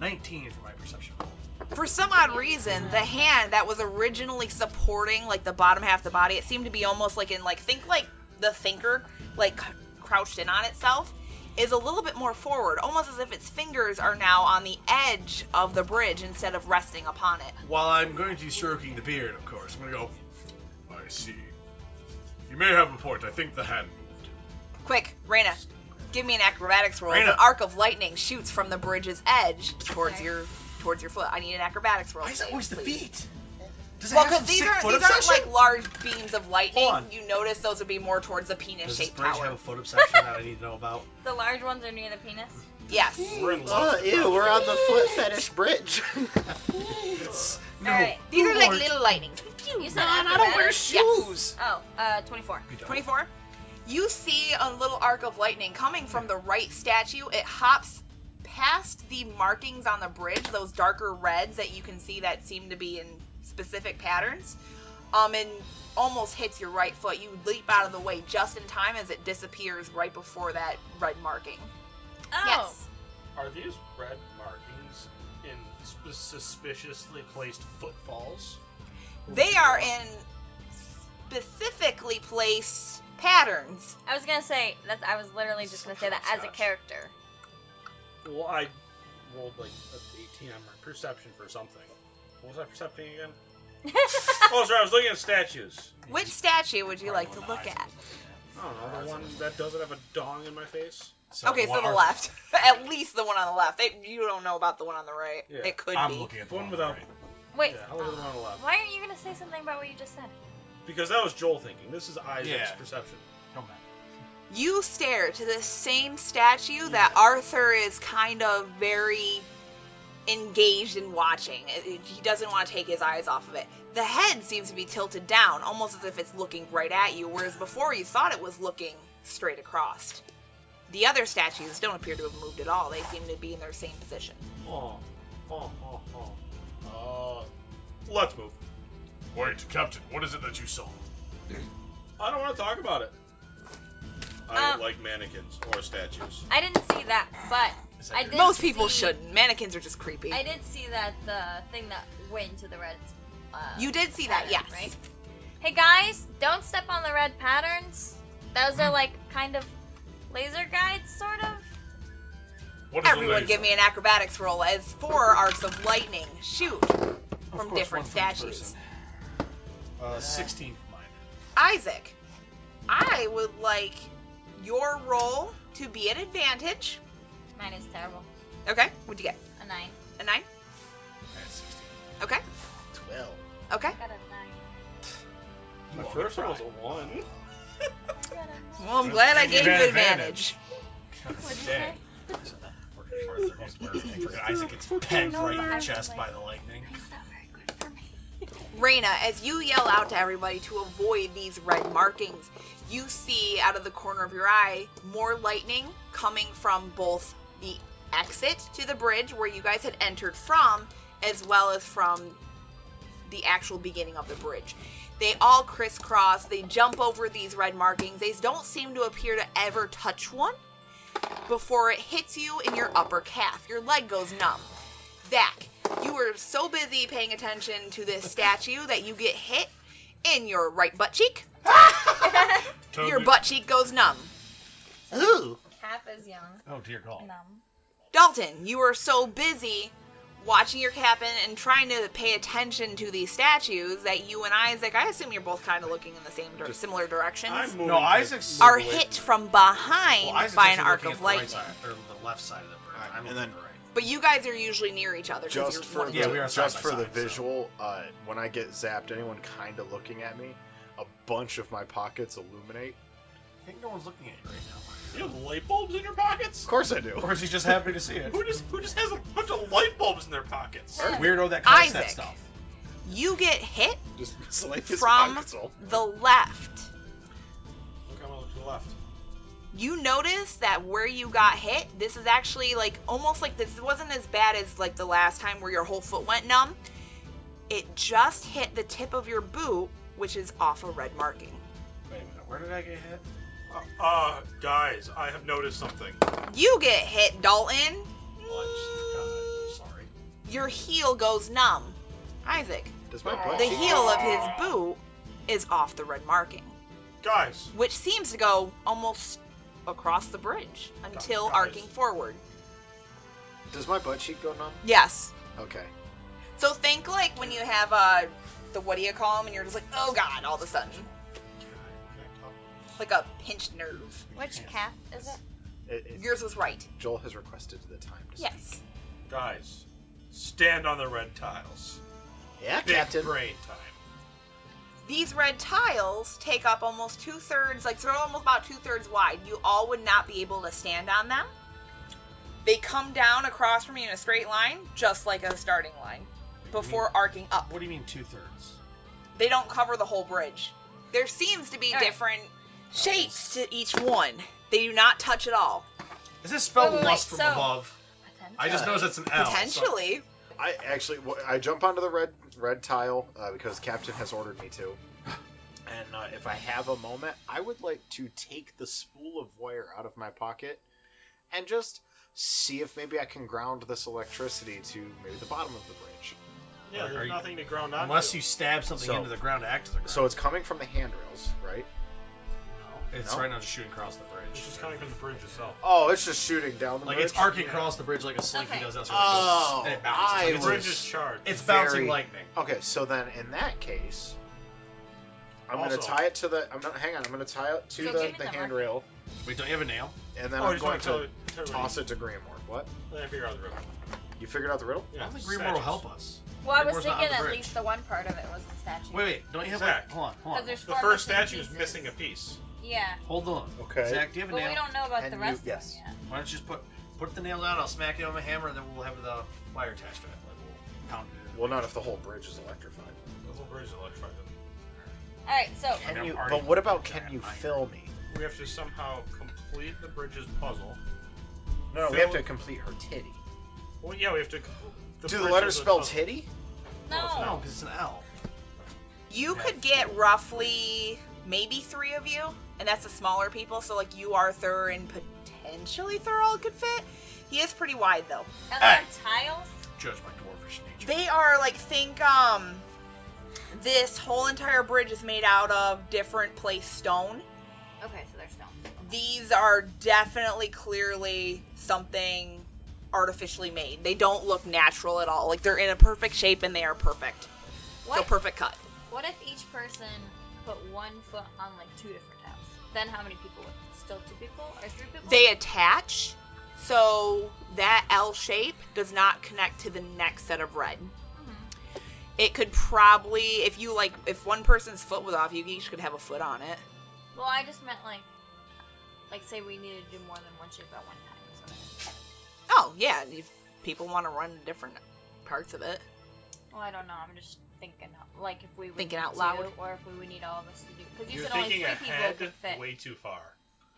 19 for my perception roll. For some odd reason, the hand that was originally supporting like the bottom half of the body, it seemed to be almost like in like think like the thinker like c- crouched in on itself is a little bit more forward, almost as if its fingers are now on the edge of the bridge instead of resting upon it. While I'm going to be stroking the beard, of course, I'm going to go. I see. You may have a point. I think the hand moved. Quick, Reyna, give me an acrobatics roll. Reyna. An arc of lightning shoots from the bridge's edge towards your towards your foot. I need an acrobatics roll. Why is it please, always the please. feet? Does it Well, have some because these sick aren't foot these aren't obsession? like large beams of lightning. Hold on. You notice those would be more towards the penis Does this shaped bridge tower. have a foot obsession that I need to know about? The large ones are near the penis. Yes. We're in Oh, love. ew! We're on the foot fetish bridge. No. All right. These are like Lord. little lightnings. You said acrobatics? shoes. Oh, uh, 24. You don't. 24. You see a little arc of lightning coming from the right statue. It hops past the markings on the bridge, those darker reds that you can see that seem to be in specific patterns. um, and almost hits your right foot. You leap out of the way just in time as it disappears right before that red marking. Oh. Yes. Are these red markings in sp- suspiciously placed footfalls? They are in specifically placed patterns. I was gonna say that I was literally just gonna say that as a character. Well, I rolled like an 18 on my perception for something. What was I percepting again? oh, sorry, I was looking at statues. Which statue would you like to Probably look one at? I don't know, the one that doesn't have a dong in my face? So Okay, so what the are- left. at least the one on the left. They, you don't know about the one on the right. Yeah. It could I'm be. looking at the One one without- without. Right. Wait, Yeah, how was the one on the left? why aren't you gonna say something about what you just said? Because that was Joel thinking. This is Isaac's Yeah. perception. Don't matter. You stare to the same statue that Arthur is kind of very engaged in watching. It- it- He doesn't want to take his eyes off of it. The head seems to be tilted down, almost as if it's looking right at you, whereas before you thought it was looking straight across. The other statues don't appear to have moved at all. They seem to be in their same position. Oh, oh, oh, oh. Uh, let's move. Wait, Captain, what is it that you saw? I don't want to talk about it. I Um, don't like mannequins or statues. I didn't see that, but Is that I your- did- Most people see- shouldn't. Mannequins are just creepy. I did see that the thing that went into the red. Uh, You did see that, pattern, yes. Right? Hey guys, don't step on the red patterns. Those are like kind of laser guides, sort of. What is Everyone, give me an acrobatics roll as four arcs of lightning shoot from different course, one from each statues. person. Uh, 16 for mine. Isaac, I would like your roll to be an advantage. Mine is terrible. Okay, what'd you get? A nine. A nine? That's 16. Okay, Twelve. okay. I got a nine. My first one was a one. I got a nine. Well, I'm glad I You gave you got advantage. What'd you say? Freaking Isaac gets pegged right in the chest by the lightning. It's not very good for me. Reina, as you yell out to everybody to avoid these red markings, you see out of the corner of your eye more lightning coming from both the exit to the bridge where you guys had entered from, as well as from the actual beginning of the bridge. They all crisscross, they jump over these red markings. They don't seem to appear to ever touch one before it hits you in your upper calf. Your leg goes numb. Dak, you were so busy paying attention to this statue that you get hit in your right butt cheek. Your butt cheek goes numb. Ooh. Half as young. Oh dear God. Numb. Dalton, you were so busy watching your cabin and trying to pay attention to these statues that you and Isaac, I assume you're both kind of looking in the same dir- similar directions, I'm moving. No, to Isaac's- move are away hit from- from behind Well, Isaac's by an actually arc looking of at the right lightning. side, or the left side of the bird. Alright, I'm and looking then- at the right. But you guys are usually near each other because you're just for one of the, Yeah, the we are side just by for the side, so- visual uh, when i get zapped anyone kind of looking at me a bunch of my pockets illuminate I think no one's looking at you right now. You have light bulbs in your pockets? of course i do Or is he just happy to see it? Who just who just has a bunch of light bulbs in their pockets? Yeah. Weirdo that collects Isaac. that stuff. You get hit just miscellaneous From pockets all- the left. Look, I'm gonna look to the left. you notice that where you got hit, this is actually like almost like this wasn't as bad as like the last time where your whole foot went numb. It just hit the tip of your boot, which is off a red marking. Wait a minute, where did I get hit? Uh, uh, guys, I have noticed something. You get hit, Dalton. Lunch. Sorry. Your heel goes numb. Isaac, does my butt the cheek- heel of his boot is off the red marking, Guys, which seems to go almost across the bridge until Guys. arcing forward. does my butt cheek go numb Yes, okay So think like when you have uh the what do you call them, and you're just like, oh god, all of a sudden, like a pinched nerve. Which calf is it? It- it- Yours was right. joel has requested the time to speak. Yes. guys, stand on the red tiles. Yeah, Big Captain. brain time. These red tiles take up almost two thirds, like they're almost about two thirds wide. You all would not be able to stand on them. They come down across from you in a straight line, just like a starting line, before arcing up. What do you mean two thirds? They don't cover the whole bridge. There seems to be All right. different shapes to each one. They do not touch at all. Is this spelled Wait, wait, wait, lust from so- above? I just Uh, noticed it's an L. so- Potentially. I actually wh- I jump onto the red red tile uh, because Captain has ordered me to. And uh, if I have a moment, I would like to take the spool of wire out of my pocket and just see if maybe I can ground this electricity to maybe the bottom of the bridge. Yeah, Are there's you- nothing to ground on. Unless you stab something So- into the ground to act as a ground. So it's coming from the handrails, right? it's no? right now just shooting across the bridge. It's just coming from the bridge itself. Oh, it's just shooting down the Like bridge. it's arcing Yeah. across the bridge like a slinky Okay. does. That's Oh, and it bounces. I Like, The it's, bridge was- is charged. it's bouncing very- lightning. Okay, so then in that case, I'm gonna Also- tie it to the. I'm not. Hang on. I'm gonna tie it to Go the, get it the then, handrail, Wait, don't you have a nail? and then oh, I I'm just going want to to tell toss it to Grimoire. What? Then I figure out the riddle. You figured out the riddle? Yeah, I don't think Green World will help us. Well, I Green was World's not on thinking the at bridge. least the one part of it was the statue. Wait, wait, don't you have Zach. like hold on, hold Because on. there's The four first missing statue is pieces. missing a piece. Yeah, Hold on. Okay. Zach, do you but have we a nail? don't know about And the you- rest yes. of them Why don't you just put put the nail out, I'll smack you on my hammer, and then we'll have the wire attached to it. Like we'll pound it. Well, not if the whole bridge is electrified. The whole bridge is electrified. yet. Alright, so Can mean, you? I'm already But what about looking at can you iron. fill me? We have to somehow complete the bridge's puzzle. No, we Fill- have to complete her titty. Well, yeah, we have to. Do the bridge letters is a spell puzzle. titty? Oh, no. No, because it's an L. You Yeah. could get roughly maybe three of you, and that's the smaller people. So like you, Arthur, and potentially Thurl could fit. He is pretty wide though. And they're tiles. Judge my dwarfish nature. They are like think um this whole entire bridge is made out of different placed stone. Okay, so they're stone. These are definitely clearly something artificially made. They don't look natural at all. Like they're in a perfect shape and they are perfect. So What? perfect cut. what if each person put one foot on like two different tiles? Then how many people? would Still two people or three people? They attach, so that L shape does not connect to the next set of red. Mhm. It could probably, if you like, if one person's foot was off, you each could have a foot on it. Well, I just meant like, like say we needed to do more than one shape at one time. is what I meant. Oh, yeah, if people want to run different parts of it. Well, I don't know. I'm just thinking, out- like if we would Thinking need out loud. to, or if we would need all of us to do. Because you You're said only three thinking people ahead could fit. way too far.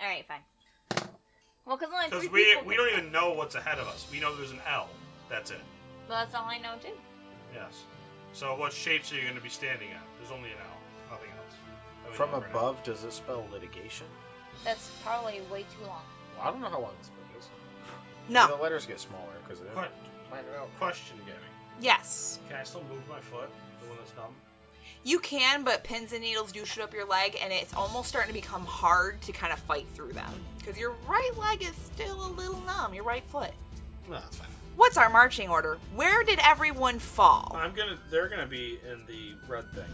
All right, fine. Well, because only three Because we people. we could don't fit. even know what's ahead of us. We know there's an L. That's it. Well, that's all I know too. Yes. So what shapes are you going to be standing on? There's only an L. Nothing else. That we From know right now. above, does it spell litigation? That's probably way too long. Well, I don't know how long this book is. No. The letters get smaller because they're But planted out. question, Gabby. Yes. Can I still move my foot? The one that's numb. You can, but pins and needles do shoot up your leg, and it's almost starting to become hard to kind of fight through them. Because your right leg is still a little numb, your right foot. No, that's fine. What's our marching order? Where did everyone fall? I'm gonna. They're gonna be in the red thing.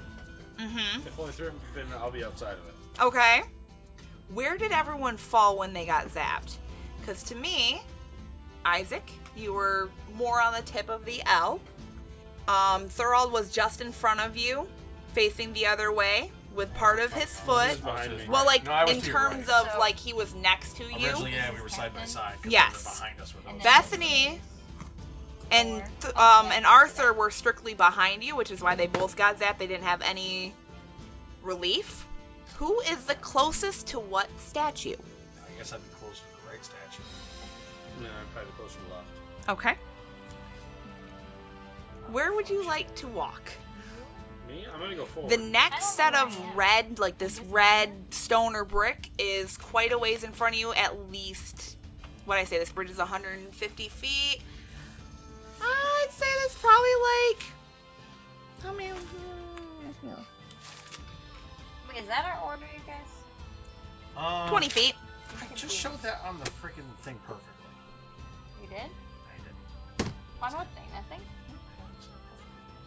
Mm-hmm. hmm. If only three of them fit, I'll be outside of it. Okay. Where did everyone fall when they got zapped? Because to me, Isaac, you were more on the tip of the L. Um, Thorold was just in front of you, facing the other way, with part of his foot. behind me. Well, like No, I was in to your terms right. of So- like he was next to you. Originally, yeah, we were side by side. 'cause Yes. they're Behind us were those. Bethany and th- um and Arthur were strictly behind you, which is why they both got zapped. They didn't have any relief. Who is the closest to what statue? I guess I'd be closer to the right statue. No, I'm probably closer to the left. Okay. Where would you like to walk? Me? I'm gonna go forward. The I next don't set know of where I am. red, like this red stone or brick, is quite a ways in front of you, at least. What I say, this bridge is 150 feet. I'd say that's probably like. How many? mm, Wait, is that our order, you guys? Um, 20 feet. I just showed that on the freaking thing perfectly. You did? I did. One what thing? Nothing.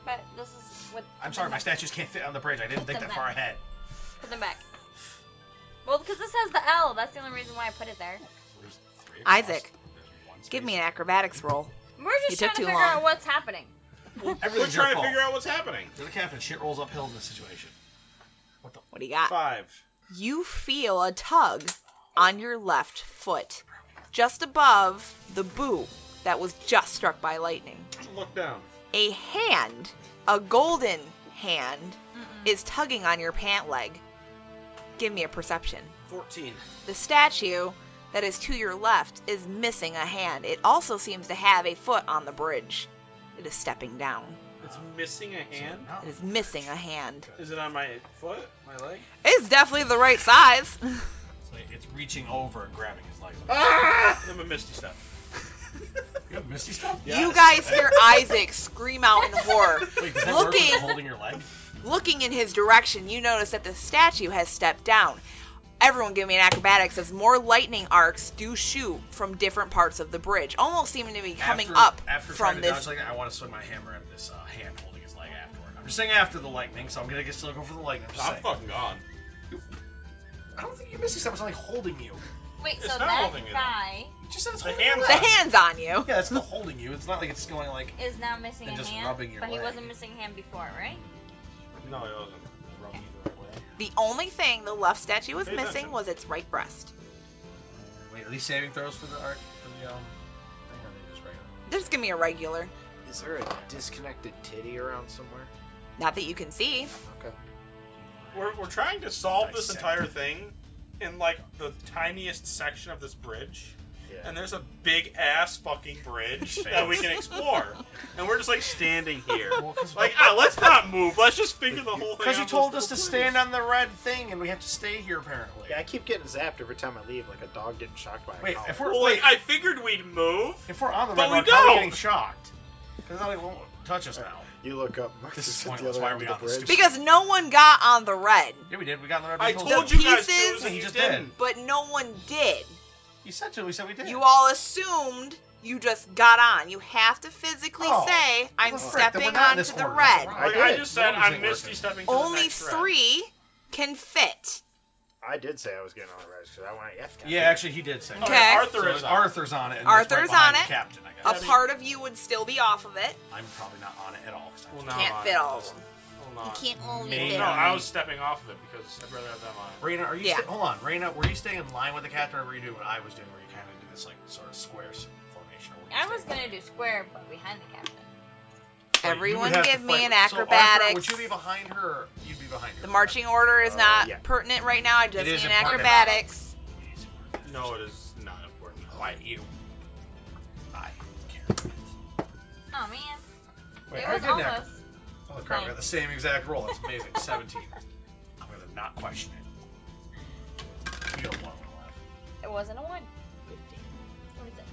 But this is what. I'm sorry, my statues can't fit on the bridge. I didn't think that far ahead. Put them back. Well, because this has the L. That's the only reason why I put it there. There's three across, Isaac, there's one give space. me an acrobatics roll. We're You just took trying to too figure long. out what's happening. We're Everything's your trying to fault. figure out what's happening. You're the captain. Shit rolls uphill in this situation. What do you got? Five. you feel a tug on your left foot, just above the boo that was just struck by lightning. Look down. A hand, a golden hand, is tugging on your pant leg. Give me a perception. Fourteen. The statue that is to your left is missing a hand. It also seems to have a foot on the bridge. It is stepping down. It's missing a hand. It is missing a hand. Is it on my foot? My leg? It's definitely the right size. It's, like it's reaching over and grabbing his legs. Ah! I'm a misty step. You have misty stuff? You guys hear Isaac scream out in horror. Wait, does that work with Looking. holding your leg? Looking in his direction, you notice that the statue has stepped down. Everyone give me an acrobatics as more lightning arcs do shoot from different parts of the bridge, almost seeming to be coming after, up after trying from to this. dodge like that, I want to swing my hammer at this uh, hand holding his leg afterward. I'm just saying after the lightning, so I'm gonna get still go for the lightning. I'm just saying. fucking gone. I don't think you missed except it's only holding you. Wait, It's so not that holding it up. guy It just said it's The holding hand's the your leg. hand's on you. Yeah, it's not holding you. It's not like it's going like. is now missing And a just hand, rubbing your but he leg. wasn't missing a hand before, right? No, it wasn't. Rubbed me the right way. The only thing the left statue was Pay missing attention. was its right breast. Wait, are these saving throws for the arc for the um? Thing, or are they just regular? Just give me a regular. Is there a disconnected titty around somewhere? Not that you can see. Okay. We're, we're trying to solve this Dissect. entire thing in like the tiniest section of this bridge. Yeah. And there's a big ass fucking bridge that we can explore. And we're just like standing here. Well, 'cause- Like, ah, let's not move. Let's just figure the whole thing out. Because you Let's told go us to place. stand on the red thing, and we have to stay here apparently. Yeah, I keep getting zapped every time I leave, like a dog getting shocked by a Wait, collar. if we're Well, wait, like, I figured we'd move. if we're on the But red we rock, how are we don't. getting shocked? Because now they won't touch us now. You look up. Marcus This is at the pointless. other Why end are we of the on this bridge. stupid- Because no one got on the red, Yeah, we did. We got on the red. I room. told The you guys pieces- to, and He you just didn't. but no one did. You said to. We said we did. Oh, You all assumed you just got on. You have to physically Oh, say, I'm Well, frick, then we're stepping not in onto this the order. red. That's Like, wrong. I, did. just said Numbers I'm ain't misty working. stepping to the Only next red. three can fit. I did say I was getting on the register. I want to F Yeah, actually, he did say. Okay, Okay. Oh, Arthur So is up. Arthur's on it. And Arthur's there's right on behind the it. Captain, I A guess. part of you would still be off of it. I'm probably not on it at all. 'cause I'm Well, just- no, Can't I- fit all of that's- them. well, no, I- can't only Maybe. No, I was stepping off of it because I'd rather have them on. Raina, are you? Yeah. sta- hold on, Raina. Were you staying in line with the captain, or were you doing what I was doing, where you kind of do this like sort of square s- formation? Or were you I was staying- gonna do square, but behind the captain. Wait, you Everyone would have give to me fight- an so, Arthur, acrobatics. would you be behind her? or You'd be behind her. The marching order is Oh, Uh, not yeah. pertinent right now. I just It is need an important. acrobatics. No, it is not important. Why you? I Oh man, Wait, it I was didn't have- almost. Oh crap! I got the same exact roll. That's amazing. Seventeen. I'm gonna not question it. You don't want one left. It wasn't a one. What is this?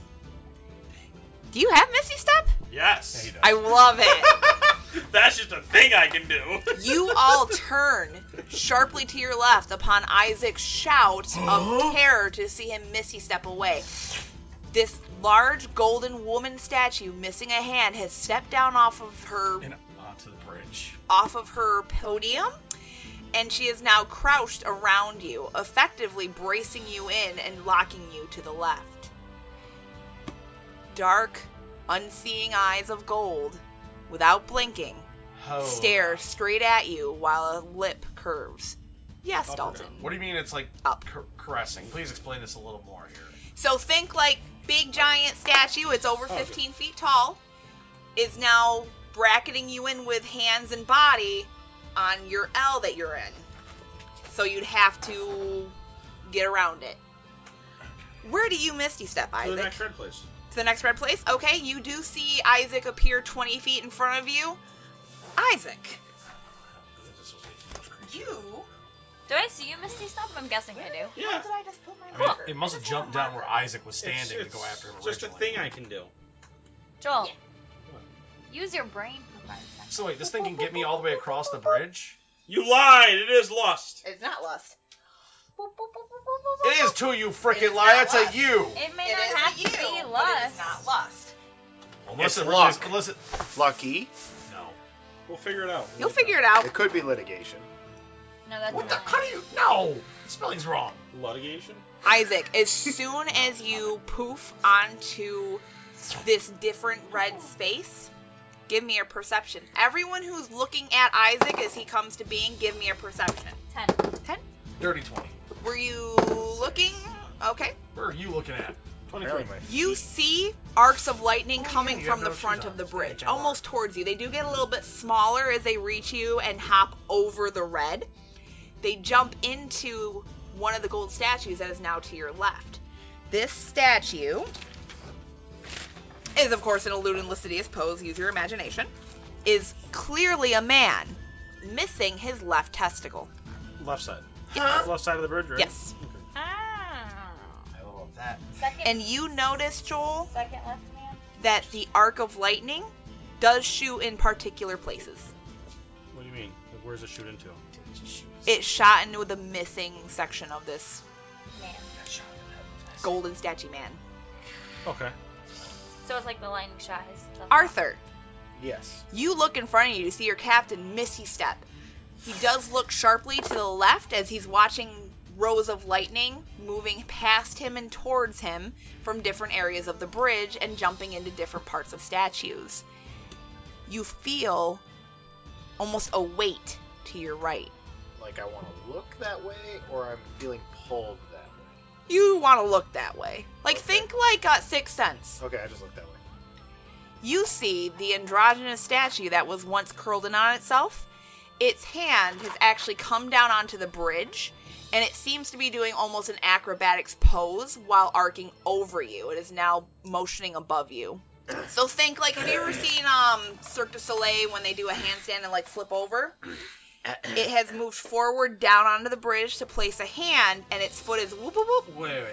Do you have Missy Step? Yes. I love it. That's just a thing I can do. You all turn sharply to your left upon Isaac's shout of terror to see him missy step away. This large golden woman statue missing a hand has stepped down off of her And onto the bridge. off of her podium and she is now crouched around you, effectively bracing you in and locking you to the left. Dark, unseeing eyes of gold, without blinking, Oh. stare straight at you while a lip curves. Yes, Up or Dalton. down? What do you mean? It's like Up. ca- caressing. Please explain this a little more here. So think like big giant statue. It's over Oh. 15 feet tall. Is now bracketing you in with hands and body on your L that you're in. So you'd have to get around it. Where do you misty step, To Isaac? the next red, please. to the next red place. Okay, you do see Isaac appear 20 feet in front of you. Isaac, you Do I see you, Misty Stop? I'm guessing I do. Yeah. did I just put my I mean, it must have jumped down where Isaac was It's- standing to go it's after him. Just a originally. thing I can do. Joel, What? use your brain for five seconds. So wait, this thing can get me all the way across the bridge? You lied. It is lost. It's not lust. It is two, you It is freaking not lie. That's lust. a you. It may It not is have you, to be but it is lust. not lust. Unless It's it really is- luck. Unless it. Lucky. No. We'll figure it out. You'll figure it out. It could be litigation. No, that's What the? not. How do you? No. The spelling's wrong. Litigation. Isaac, as soon as you poof onto this different red space, give me a perception. Everyone who's looking at Isaac as he comes to being, give me a perception. Ten. Dirty twenty. Were you looking? Okay. Where are you looking at? Twenty-three. Apparently my You feet- see arcs of lightning Oh, coming yeah, you from have the no shoes front on. of the Yeah, bridge, jump on. almost towards you. They do get a little bit smaller as they reach you and hop over the red. They jump into one of the gold statues that is now to your left. This statue is of course an elude and lascivious pose, use your imagination, is clearly a man missing his left testicle. Left side. Yes. Left side of the bridge, right? Yes. Ah. I love that. Second, And you notice, Joel, second left man. that the arc of lightning does shoot in particular places. What do you mean? Like, where's it shoot into? It shot into the missing section of this Man. golden statue man. Okay. So it's like the lightning shot. His left Arthur, Yes. you look in front of you to see your captain miss his step. He does look sharply to the left as he's watching rows of lightning moving past him and towards him from different areas of the bridge and jumping into different parts of statues. You feel almost a weight to your right. Like I want to look that way, or I'm feeling pulled that way. You want to look that way. Like, Okay. think like uh, Sixth Sense. Oh. Okay, I just look that way. You see the androgynous statue that was once curled in on itself. Its hand has actually come down onto the bridge, and it seems to be doing almost an acrobatics pose while arcing over you. It is now motioning above you. So think like have you ever seen um Cirque du Soleil when they do a handstand and like flip over? It has moved forward down onto the bridge to place a hand, and its foot is whoop whoop whoop Wait, wait, wait.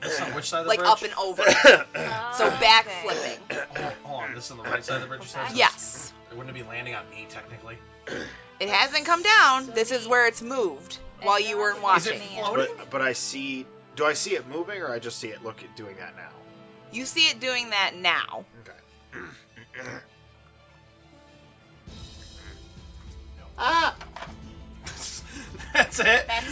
That's on which side of the like bridge? up and over. Oh, So back okay. flipping. Hold- Hold on, this is on the right side of the bridge. you said? Yes. Wouldn't it be landing on me technically? It hasn't come down. This is where it's moved while you weren't watching. Is it floating? But but I see. Do I see it moving, or I just see it look doing that now? You see it doing that now. Ah, That's it. That's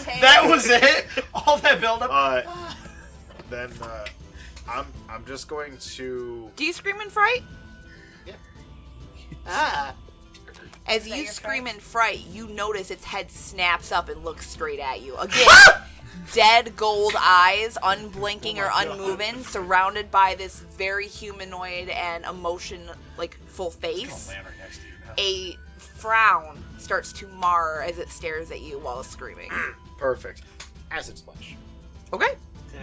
it. That was it. All that buildup. Uh, then uh, I'm I'm just going to. Do you scream in fright? ah. As that you your scream fright? in fright, you notice its head snaps up and looks straight at you. Again, dead gold eyes, unblinking Oh or unmoving, surrounded by this very humanoid and emotion like full Don't face. land right next to you A now. frown starts to mar as it stares at you while it's screaming. Perfect. Acid splash. Okay.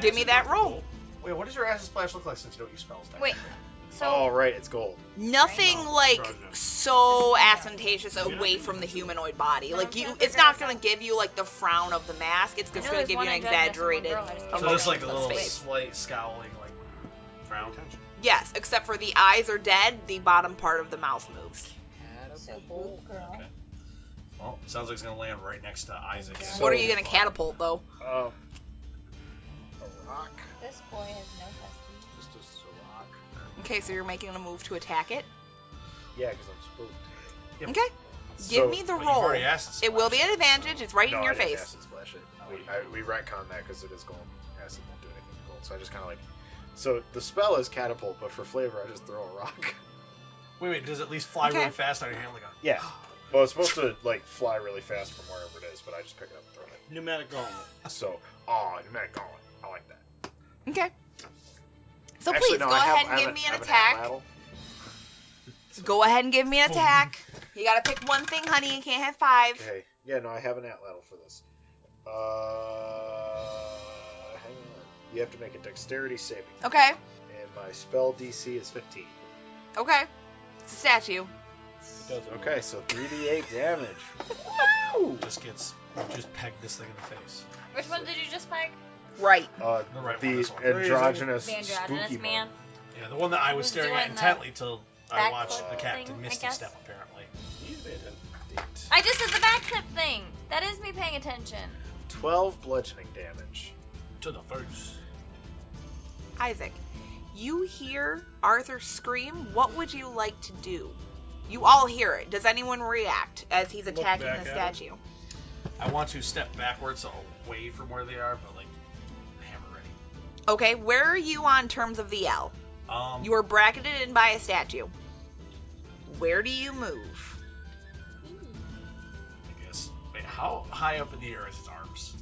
Give me that roll. Wait, what does your acid splash look like since you don't use spells? Wait. technically? All So right, it's gold. nothing like Right. Androgynous. so advantageous away from the humanoid body. No, Like I'm you, trying to it's figure not this gonna out. give you like the frown of the mask. It's I know just gonna there's give you one an androgynous and one exaggerated. girl, I just don't So there's emotion like a plus little face. slight scowling, like frown. Yes, except for the eyes are dead. The bottom part of the mouth moves. So blue girl. Well, sounds like it's gonna land right next to Isaac. Yeah. what are you gonna catapult though? Um, a rock. This boy has no testes. Just a, just a rock. Okay, so you're making a move to attack it. Yeah, because I'm spooked. Okay, give me the But you've roll. already acid It will be splashed an advantage. It's right no, in your I didn't face. Acid splash it. We, I, we retcon that because it is gold. Acid won't do anything to gold. So I just kind of like. So the spell is catapult, but for flavor, I just throw a rock. Wait, wait. Does it at least fly Okay. really fast on your hand? Like a Yeah. Well, it's supposed to like fly really fast from wherever it is, but I just pick it up and throw it. Pneumatic gauntlet. So, oh, Matt Gauntlet. I like that. Okay. So Actually, please no, go I have- ahead and I have give me I an have attack. atlatl. Go ahead and give me an attack. You gotta pick one thing, honey. You can't have five. Okay. Yeah, no, I have an atlatl for this. Uh, hang on. You have to make a dexterity saving. Okay. And my spell DC is 15. Okay. It's a statue. It doesn't move. Okay, so 3d8 damage. just gets just peg this thing in the face. Which one did you just pick? Right. Uh, The right one. the This one. androgynous, The spooky androgynous man. man. Yeah, the one that I was Who's staring doing at the intently till I back watched the flip captain thing, I miss his guess? step. Apparently. You need to pay attention. Eight. I just did the backflip thing. That is me paying attention. 12 bludgeoning damage. To the face. Isaac, you hear Arthur scream. What would you like to do? You all hear it. Does anyone react as he's Look attacking back the at it. statue? I want to step backwards away from where they are, but like hammer ready. Okay, where are you on terms of the L? Um, You are bracketed in by a statue. Where do you move? Hmm. I guess. Wait, how high up in the air is his arms?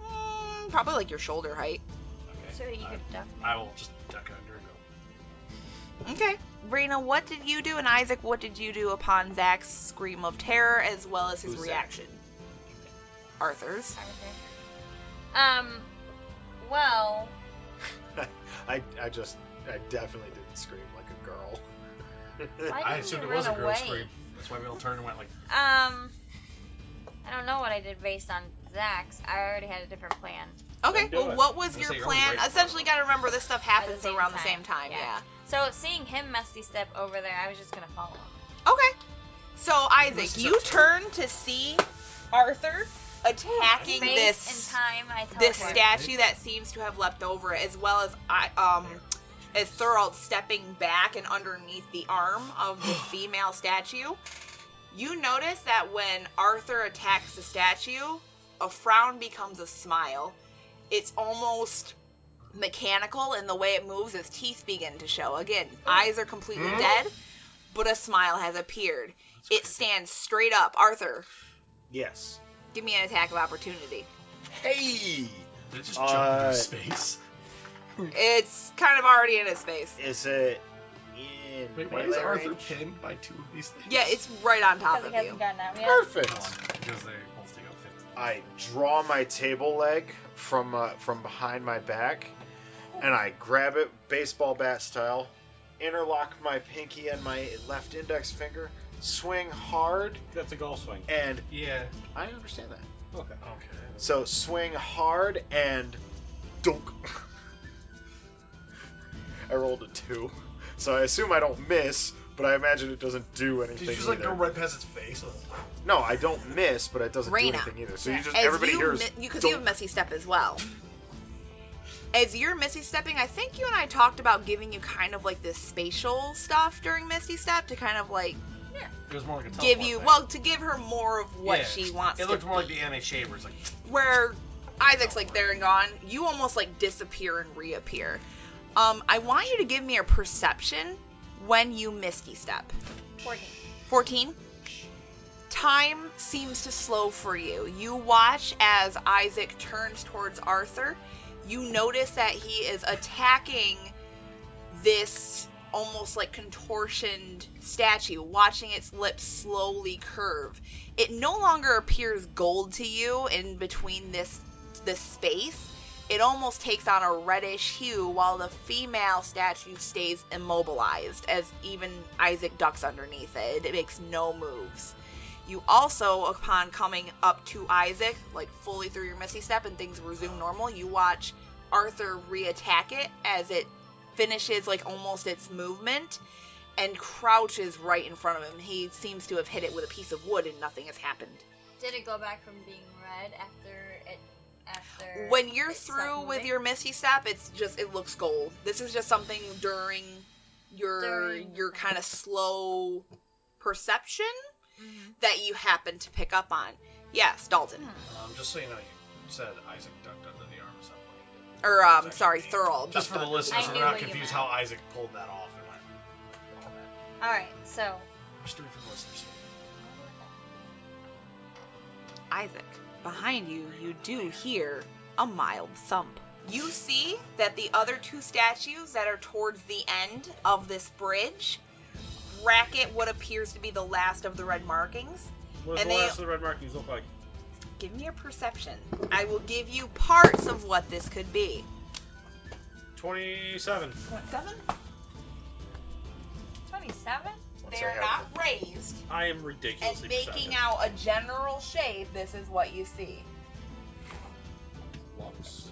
Mm, probably like your shoulder height. Okay. So you I, could duck me. I will just duck under and go. Okay. Rena, what did you do? And Isaac, what did you do upon Zach's scream of terror as well as his Who's Zach? reaction? Arthur's. Um. Well, I, I just I definitely didn't scream like a girl. Why I didn't assumed you it run was a girl away? scream. That's why we all turned and went like, Um, I don't know what I did based on Zach's. I already had a different plan. Okay, Then do well, it. what was Let's your say you're only plan? waiting for Essentially, got to remember this stuff happens same around the time, same time. Yeah. yeah. So seeing him messy step over there, I was just gonna follow him. Okay. So Isaac, This is you upsetting. turn to see Arthur attacking Space this and time, I teleport. this statue that seems to have leapt over it, as well as I um as Thorold stepping back and underneath the arm of the female statue. You notice that when Arthur attacks the statue, a frown becomes a smile. It's almost mechanical in the way it moves. Its teeth begin to show. Again, eyes are completely Hmm? dead, but a smile has appeared. It stands straight up. Arthur, Yes. give me an attack of opportunity. Hey! they just Uh, jumped into space. It's kind of already in his face. Is it in Wait, why melee is Arthur range? pinned by two of these things? Yeah, it's right on top Because of he hasn't you. gotten out yet. Perfect. because they both take up 50. I draw my table leg from uh, from behind my back, and I grab it baseball bat style, interlock my pinky and my left index finger, swing hard, That's a golf swing. and Yeah. I understand that. Okay. Okay. So swing hard and dunk. I rolled a two, so I assume I don't miss, but I imagine it doesn't do anything. Did you just like either. go right past its face? No, I don't miss, but it doesn't Raina. do anything either. So you just As everybody you, hears mi- you because you have a messy step as well. As you're messy stepping, I think you and I talked about giving you kind of like this spatial stuff during messy step to kind of like It was more like a give teleport you thing. well to give her more of what Yeah. she wants. It to looked more like be. the anime chambers. Like, where Isaac's like there and gone. You almost like disappear and reappear. Um, I want you to give me a perception when you misty step. 14. 14. Time seems to slow for you. You watch as Isaac turns towards Arthur. You notice that he is attacking this almost like contortioned statue, watching its lips slowly curve. It no longer appears gold to you in between this this space. It almost takes on a reddish hue while the female statue stays immobilized as even Isaac ducks underneath it. It makes no moves. You also, upon coming up to Isaac, like fully through your messy step and things resume normal, you watch Arthur reattack it as it finishes like almost its movement and crouches right in front of him. He seems to have hit it with a piece of wood and nothing has happened. Did it go back from being red after it? After when you're it stopped through with moving? your misty step it's just it looks gold this is just something during your During- your kind of slow perception Mhm. that you happen to pick up on yes dalton um, just so you know, you said Isaac ducked under the arm or something. or um sorry thurl Just for the I listeners, knew we're not what you confused meant. how Isaac pulled that off. And like, all that. All right, so We're just doing it for the listeners. Isaac, behind you, you do hear a mild thump. You see that the other two statues that are towards the end of this bridge bracket what appears to be the last of the red markings. What does And the they- last of the red markings look like? Give me a perception. I will give you parts of what this could be. Twenty-seven. What, seven? 27. Once I They're have not raised. I am And ridiculously making out a general shade, this is what you see. Lumps.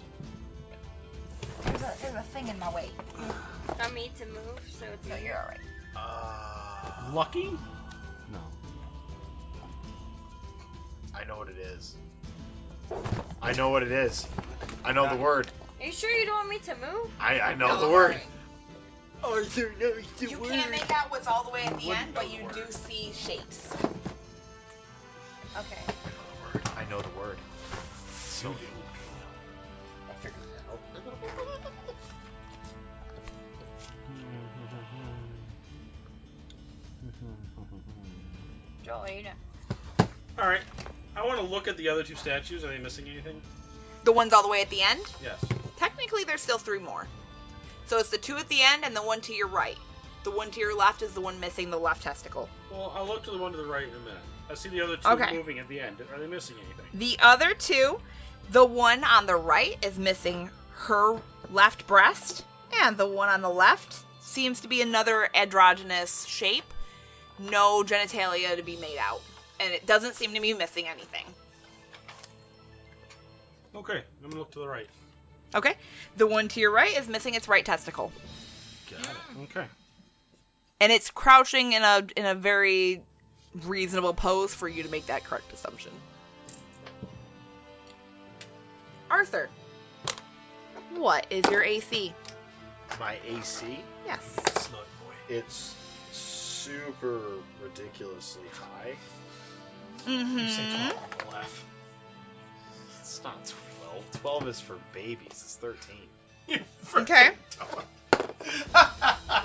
There's a, there's a thing in my way. Want me to move so it's No, you're alright. Uh, Lucky? No. I know what it is. I know what it is. I know the word. Are you sure you don't want me to move? I, I know No, the I'm word. alright. Arthur knows the You can't make out what's all the way at the end, but you know the do see shapes. Okay. I know the word. So do. I figured it out. Joel, you know. All right. I want to look at the other two statues. Are they missing anything? The ones all the way at the end? Yes. Technically, there's still three more. So it's the two at the end and the one to your right. The one to your left is the one missing the left testicle. Well, I'll look to the one to the right in a minute. I see the other two Okay. moving at the end. Are they missing anything? The other two, the one on the right is missing her left breast, And the one on the left seems to be another androgynous shape. No genitalia to be made out. And it doesn't seem to be missing anything. Okay, I'm gonna look to the right. Okay? The one to your right is missing its right testicle. Okay. And it's crouching in a in a very reasonable pose for you to make that correct assumption. Arthur. What is your AC? My AC, Yes. Snug boy. it's super ridiculously high. You say Mm-hmm. 12, I'm gonna laugh. It's not 12. 12 is for babies. It's 13. You Okay. freaking-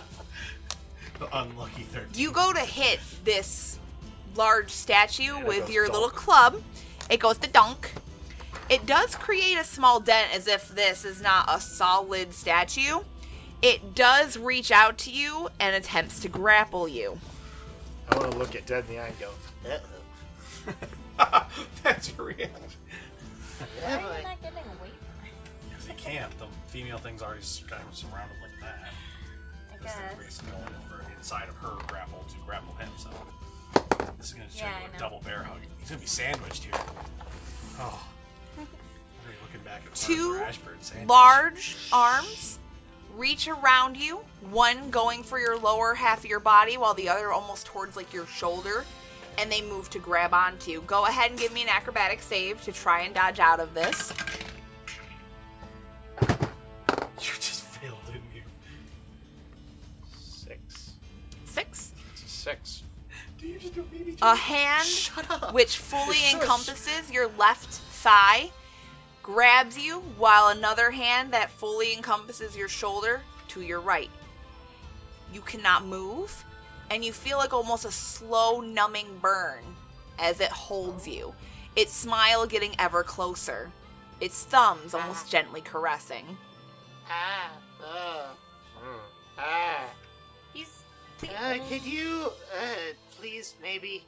the unlucky 13. You go to hit this large statue And it with goes your dunk. little club. It goes to dunk. It does create a small dent as if this is not a solid statue. It does reach out to you and attempts to grapple you. I want to look it dead in the eye and go, uh That's your reaction. Why are you uh-huh. not getting away from it? Because they can't. The female thing's always kind of surrounded like that. I This thing guess. is going for inside of her grapple to grapple him, so. This is going to turn Yeah, I into know. a double bear hug. He's going to be sandwiched here. Oh. I'm gonna be looking back at Two Barbara Ashford saying, large arms reach around you, one going for your lower half of your body while the other almost towards like your shoulder, and they move to grab onto you. Go ahead and give me an acrobatic save to try and dodge out of this. You just failed, didn't you? Six. Six. It's a six. Do you just do a baby A hand Shut up. which fully You're so encompasses your left thigh grabs you while another hand that fully encompasses your shoulder to your right. You cannot move and you feel like almost a slow numbing burn as it holds you. Its smile getting ever closer. Its thumbs Ah. almost gently caressing. Ah, uh, hmm, ah. He's. Uh, could you, uh, please maybe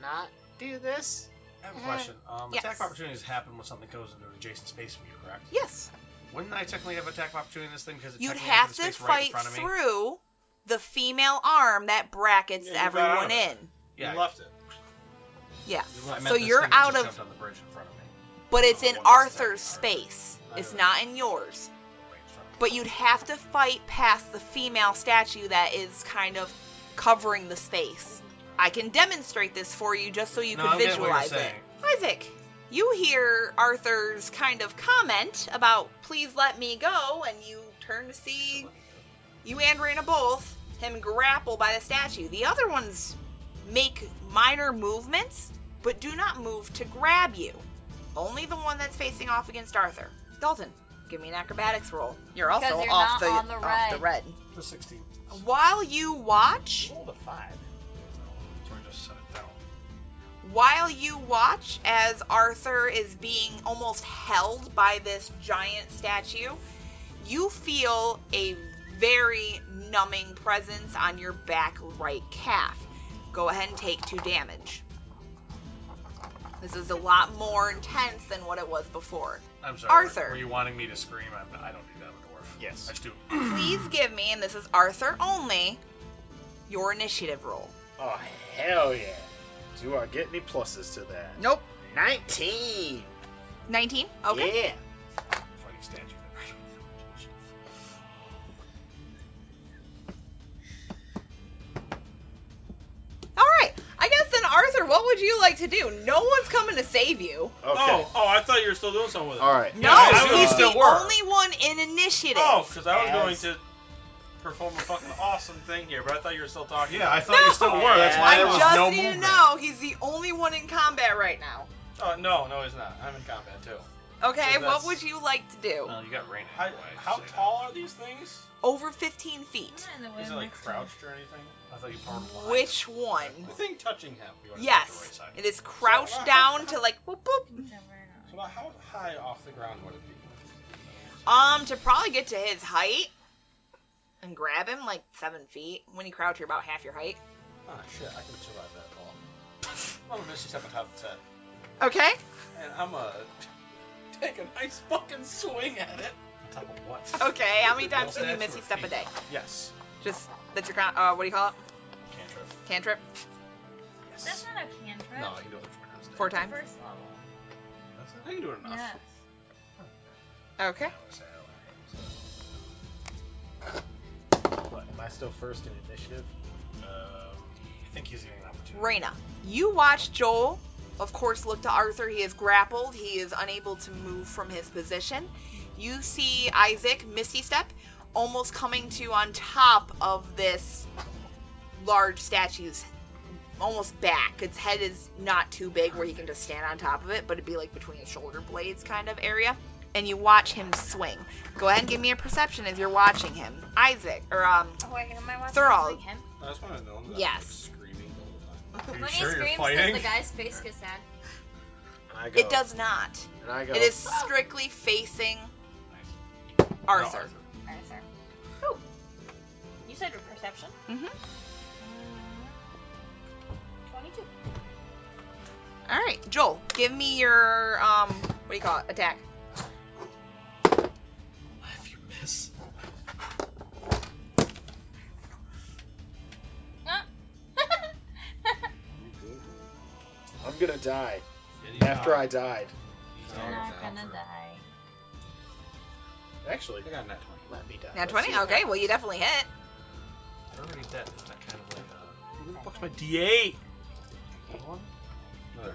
not do this? I have a question. Um, Uh-huh. Yes. Attack opportunities happen when something goes into an adjacent space from you, correct? Yes. Wouldn't I technically have attack of opportunity in this thing because it You'd technically have enters to the space right in fight front of me? through the female arm that brackets Yeah, you got out everyone of in. it. Yeah, You left it. Yes. I meant So this you're thing that out just of jumped on the bridge in front of me. But it's Oh, in one that's Arthur's attacking Arthur. space. I It's know. not in yours. Right in front of me. But you'd have to fight past the female statue that is kind of covering the space. I can demonstrate this for you just so you no, can I'm getting what you're visualize it. saying. Isaac, you hear Arthur's kind of comment about please let me go and you turn to see you and Rena both him grapple by the statue. The other ones make minor movements, but do not move to grab you. Only the one that's facing off against Arthur. Dalton, give me an acrobatics roll. You're also Because you're off not the on the off red. the red. The 16. While you watch, rolled a 5. No, Tori just set it down. while you watch as Arthur is being almost held by this giant statue, you feel a very numbing presence on your back right calf. Go ahead and take two damage. This is a lot more intense than what it was before. I'm sorry. were- Arthur. Were you wanting me to scream? I'm, I don't do that, I'm a dwarf. I Yes. just do. Please give me, and this is Arthur only, your initiative roll. Oh, hell yeah. Do I get any pluses to that? Nope. 19! 19? Okay. Yeah. Fighting statue there. All right. I guess then, Arthur, what would you like to do? No one's coming to save you. Okay. Oh, oh, I thought you were still doing something with it. All right. No, I assume he's you the still were. only one in initiative. Oh, because I was Yes. going to perform a fucking awesome thing here, but I thought you were still talking. Yeah, I thought No. you still were. That's why I there was just no need movement. to know he's the only one in combat right now. Oh, no, no, he's not. I'm in combat too. Okay, So what that's- would you like to do? Well, you got rain Oh, I, anyway. how so- tall are these things? Over 15 feet. I'm not in the way Is it of like my- crouched or anything? I thought you parted a line. Which one? The thing touching him. You wanna put the right Yes, side. it is crouched down to like whoop whoop. Never know. So about how high off the ground would it be? Um, to probably get to his height and grab him like seven feet. When you crouch, you're about half your height. Ah, shit, I can survive that fall. I'm gonna misstep on top of that, Okay. and I'm gonna take a nice fucking swing at it. top of what? Okay, how many Roll times can you stats Misty or Step a feet? day? Yes. Just that's your con- uh, what do you call it? Cantrip. Cantrip. Yes. That's not a cantrip. no, you can do it four times. a day. Four It's the times. First level. That's it. I can do it enough. Yes. Okay. What, am I still first in initiative? Um, I think he's getting an opportunity. Reyna, you watch Joel. Of course, look to Arthur. He is grappled. He is unable to move from his position. You see Isaac Misty Step almost coming to on top of this large statue's almost back. Its head is not too big where he can just stand on top of it, but it'd be like between his shoulder blades kind of area. And you watch him swing. Go ahead and give me a perception as you're watching him. Isaac, or um, Oh, I am I watching Thurl. something him? I just want to know that Yes. I'm, like, screaming the whole time. Are you when sure he you're screams, fighting? the guy's face gets sad. And I go. it does not. And I go. It is strictly facing Arthur. Alright, sir. You said with perception? Mhm. Mm, 22. All right, Joel, give me your um, what do you call it? Attack. If you miss. I'm gonna die. Yeah, After I died. You're not gonna die. Actually, I got net let me die. Now Let's twenty. see. Okay, well you definitely hit. They're already dead. Isn't that kind of like uh, 20. Where the fuck's my D8? Oh, No, there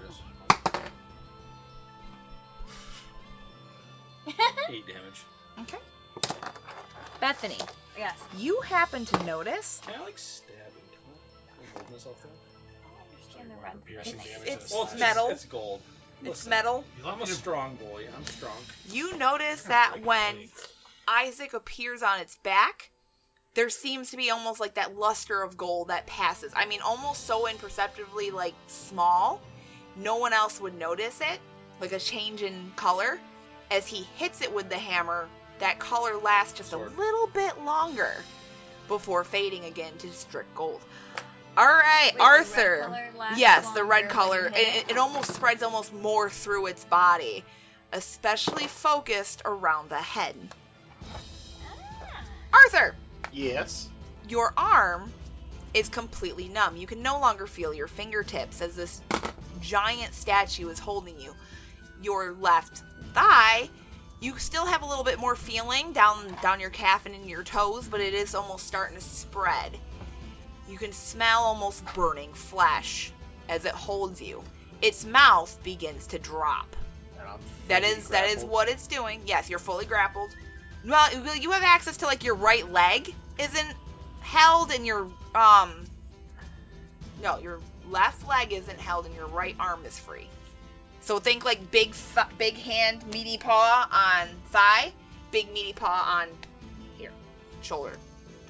it is. Eight damage. Bethany, Yes. you happen to notice Can I like stab into it? Can I hold myself there? In the red. piercing damage? to it's the side? just- metal. It's gold. it's Listen, metal. You I'm love a me to strong boy. I'm strong. You notice that break when away. Isaac appears on its back, there seems to be almost like that luster of gold that passes. I mean, almost so imperceptibly like small, no one else would notice it, like a change in color. As he hits it with the hammer, that color lasts just Sword. a little bit longer before fading again to strict gold. All right, Wait, Arthur. The red color lasts Yes, the longer red when color. you It, hit it, it almost spreads almost more through its body, especially focused around the head. Ah. Arthur, Yes. your arm is completely numb. You can no longer feel your fingertips as this giant statue is holding you. Your left thigh, you still have a little bit more feeling down down your calf and in your toes, but it is almost starting to spread. You can smell almost burning flesh as it holds you. Its mouth begins to drop. And I'm That fully is that is grappled. what it's doing. Yes, you're fully grappled. Well, you- you have access to like your right leg isn't held and your um no, your left leg isn't held and your right arm is free. So think like big th- big hand meaty paw on thigh, big meaty paw on here, shoulder,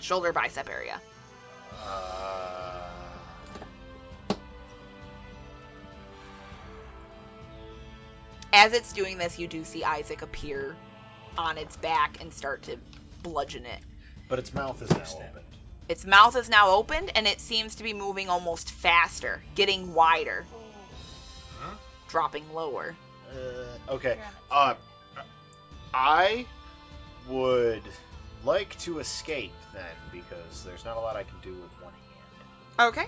shoulder bicep area. Uh, As it's doing this, you do see Isaac appear on its back and start to bludgeon it. but its mouth is now open. Its mouth is now opened and it seems to be moving almost faster, getting wider, dropping lower. Uh, okay. Uh, I would like to escape then because there's not a lot I can do with one hand. Okay.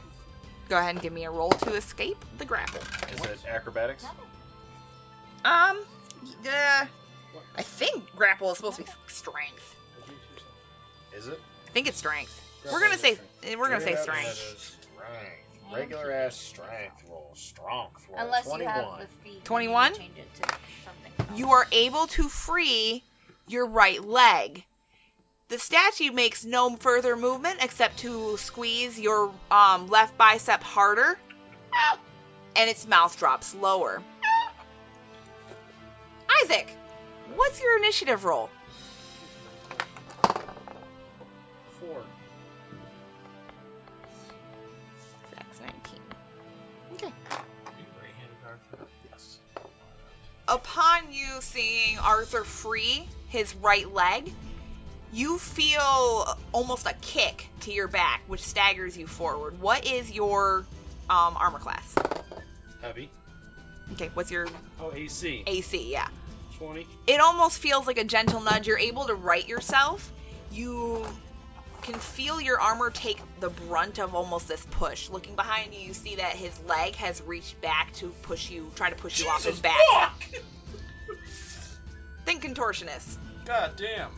Go ahead and give me a roll to escape the grapple. Is it acrobatics? Um, uh, I think grapple is supposed to be strength. Is it? I think it's strength. We're gonna say we're gonna say Yeah, strength. that is strength. Regular ass strength roll. Strong roll. Unless you 21. have the feet. then 21? You change it to something. You are able to free your right leg. The statue makes no further movement except to squeeze your um, left bicep harder, and its mouth drops lower. Isaac, what's your initiative roll? Four. That's 19. Okay. Are you right-handed, Arthur? Yes. upon you seeing Arthur free his right leg, you feel almost a kick to your back, which staggers you forward. What is your um, armor class? Heavy. Okay, what's your Oh, AC. AC? Yeah. 20. it almost feels like a gentle nudge. You're able to right yourself. You can feel your armor take the brunt of almost this push. Looking behind you, you see that his leg has reached back to push you, try to push you off his back. Think contortionist. God damn.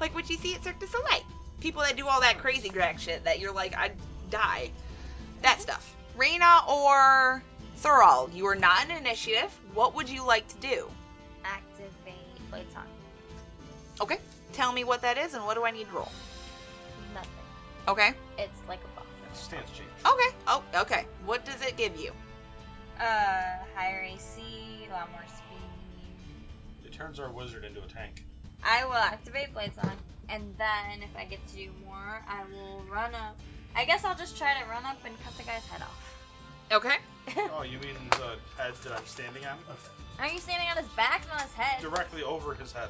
Like what you see at Cirque du Soleil. People that do all that crazy drag shit that you're like, I'd die. That stuff. Reina or Thoral, you are not an initiative. What would you like to do? Activate Playtime. Tell me what that is and what do I need to roll? Nothing. Okay. It's like a buffer. Stance change. Okay. Oh, okay. What does it give you? Uh, higher AC, a lot more speed. It turns our wizard into a tank. I will activate Blades on, and then if I get to do more, I will run up. I guess I'll just try to run up and cut the guy's head off. Okay. Oh, you mean the head that I'm standing on? Aren't you standing on his back, not his head? Directly over his head.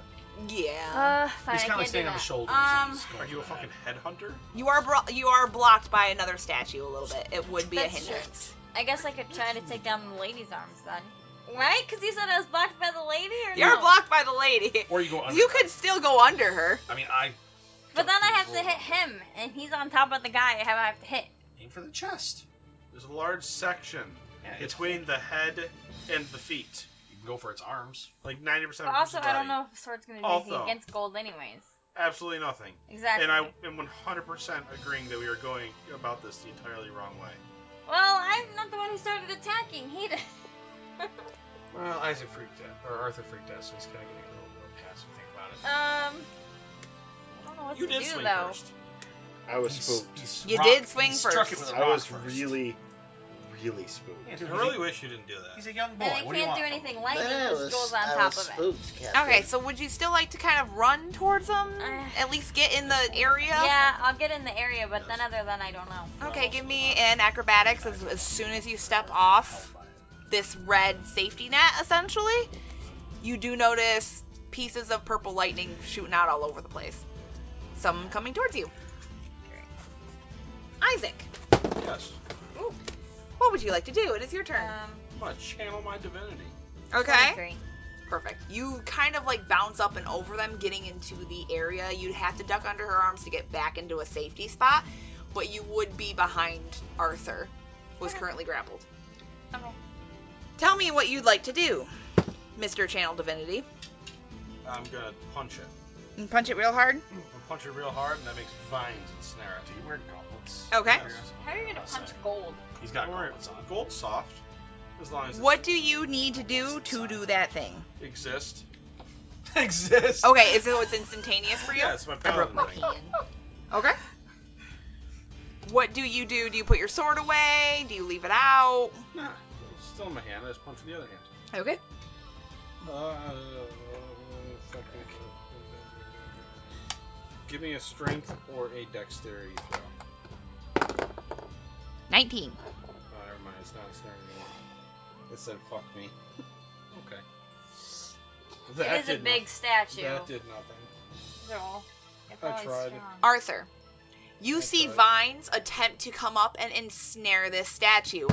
Yeah. Uh, fine. He's kind of I like can't do standing on that. his shoulders. Um, Are you a fucking headhunter? you are bro- you are blocked by another statue a little bit. It would be a That's hindrance. I guess I could try to take down the lady's arms then. Right? Because you said I was blocked by the lady, or You're no? blocked by the lady. Or you go under. You could still go under her. I mean, I But then I have to hit him, and he's on top of the guy. I have I have to hit. aim for the chest. There's a large section Yeah, it's between the head and the feet. You can go for its arms. Like 90% of But also, his body. I don't know if sword's gonna do Also- anything against gold, anyways. Absolutely nothing. Exactly. And I am 100% agreeing that we are going about this the entirely wrong way. Well, I'm not the one who started attacking. He um, did. Well, Isaac freaked out, or Arthur freaked out, so he's kind of getting a little, little passive. Think about it. Um. I don't know what you to did do swing though. first. I was He's- spooked. he's You rock- did swing he Struck it first. with a I rock was first. really, really spooked. Yeah, I dude, really he's- wish you didn't do that. He's a young boy. and I what do you can't want do from him? anything lightning I just was- goes I on top was of it. spooked, Captain. Okay, so would you still like to kind of run towards them? Uh. At least get in the area? Yeah, I'll get in the area, but then other than I don't know. Okay, give me an acrobatics as, as soon as you step off this red safety net, essentially. You do notice pieces of purple lightning shooting out all over the place. Some coming towards you. Isaac, Yes. what would you like to do? It is your turn. Um, I'm gonna channel my divinity. Okay. 23. Perfect. You kind of like bounce up and over them, getting into the area. You'd have to duck under her arms to get back into a safety spot, but you would be behind Arthur, who is Okay. currently grappled. Okay. Tell me what you'd like to do, Mr. Channel Divinity. I'm gonna punch it. And punch it real hard. Hmm. I'm gonna punch it real hard, and that makes vines and snare Do it. you wear gauntlets? Okay. Yes. How are you gonna I'll punch say. gold? He's got Don't worry, gauntlets on. Gold's soft. As long as What do you need to do to do that thing? it exists. Exists. Okay, is it what's instantaneous for you? Yeah, it's my I broke paladin my thing. hand. Okay. What do you do? Do you put your sword away? Do you leave it out? Nah, Oh. it's still in my hand. I just punch with the other hand. Okay. Uh, fuck. Give me a strength or a dexterity throw. 19. Oh, never mind. It's not a snare anymore. It said fuck me. Okay. That it is a did big statue. Nothing. That did nothing. So, it's I probably tried. strong. Arthur, you Okay. see vines attempt to come up and ensnare this statue.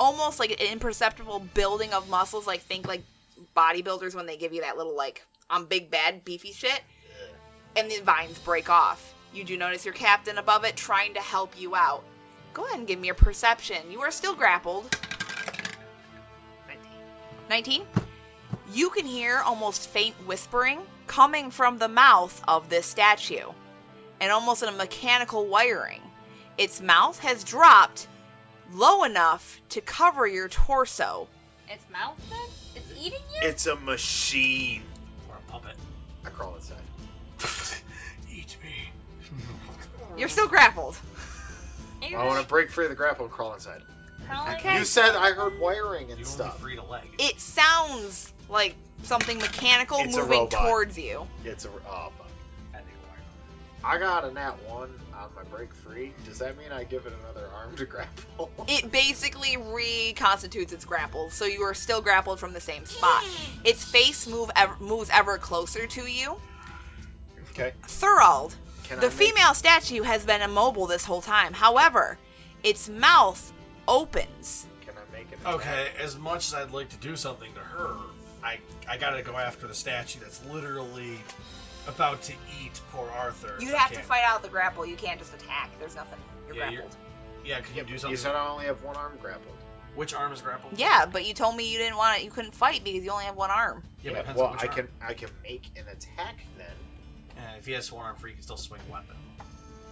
Almost like an imperceptible building of muscles, like think like bodybuilders when they give you that little like I'm big bad beefy shit. And the vines break off. You do notice your captain above it trying to help you out. Go ahead and give me a perception. You are still grappled. 19. You can hear almost faint whispering coming from the mouth of this statue and almost in a mechanical wiring. Its mouth has dropped low enough to cover your torso. Its mouth then? It's eating you? It's a machine. Or a puppet. I crawl inside. Eat me. You're still grappled. Are you I want really to break free of the grapple and crawl inside. crawling? Okay. You said I heard wiring and You only stuff. freed a leg. It sounds like something mechanical It's a moving robot. towards you. It's a. Oh, fuck. I think a wire. I got a nat one on my break free. Does that mean I give it another arm to grapple? It basically reconstitutes its grapple, so you are still grappled from the same spot. Its face move ever, moves ever closer to you. okay. Thurald, Can I The make- female statue has been immobile this whole time. However, its mouth opens. Can I make it? Okay, as much as I'd like to do something to her, I I gotta go after the statue that's literally about to eat poor Arthur. You I have to can't- fight out the grapple. You can't just attack. There's nothing. You're Yeah, you're- grappled. Yeah, could you do You something? said I only have one arm grappled. Which arm is grappled? Yeah, but you told me you didn't want it. You couldn't fight because you only have one arm. Yeah, but depends on well, which I arm. can I can make an attack then. Uh, if he has one arm free, he can still swing a weapon.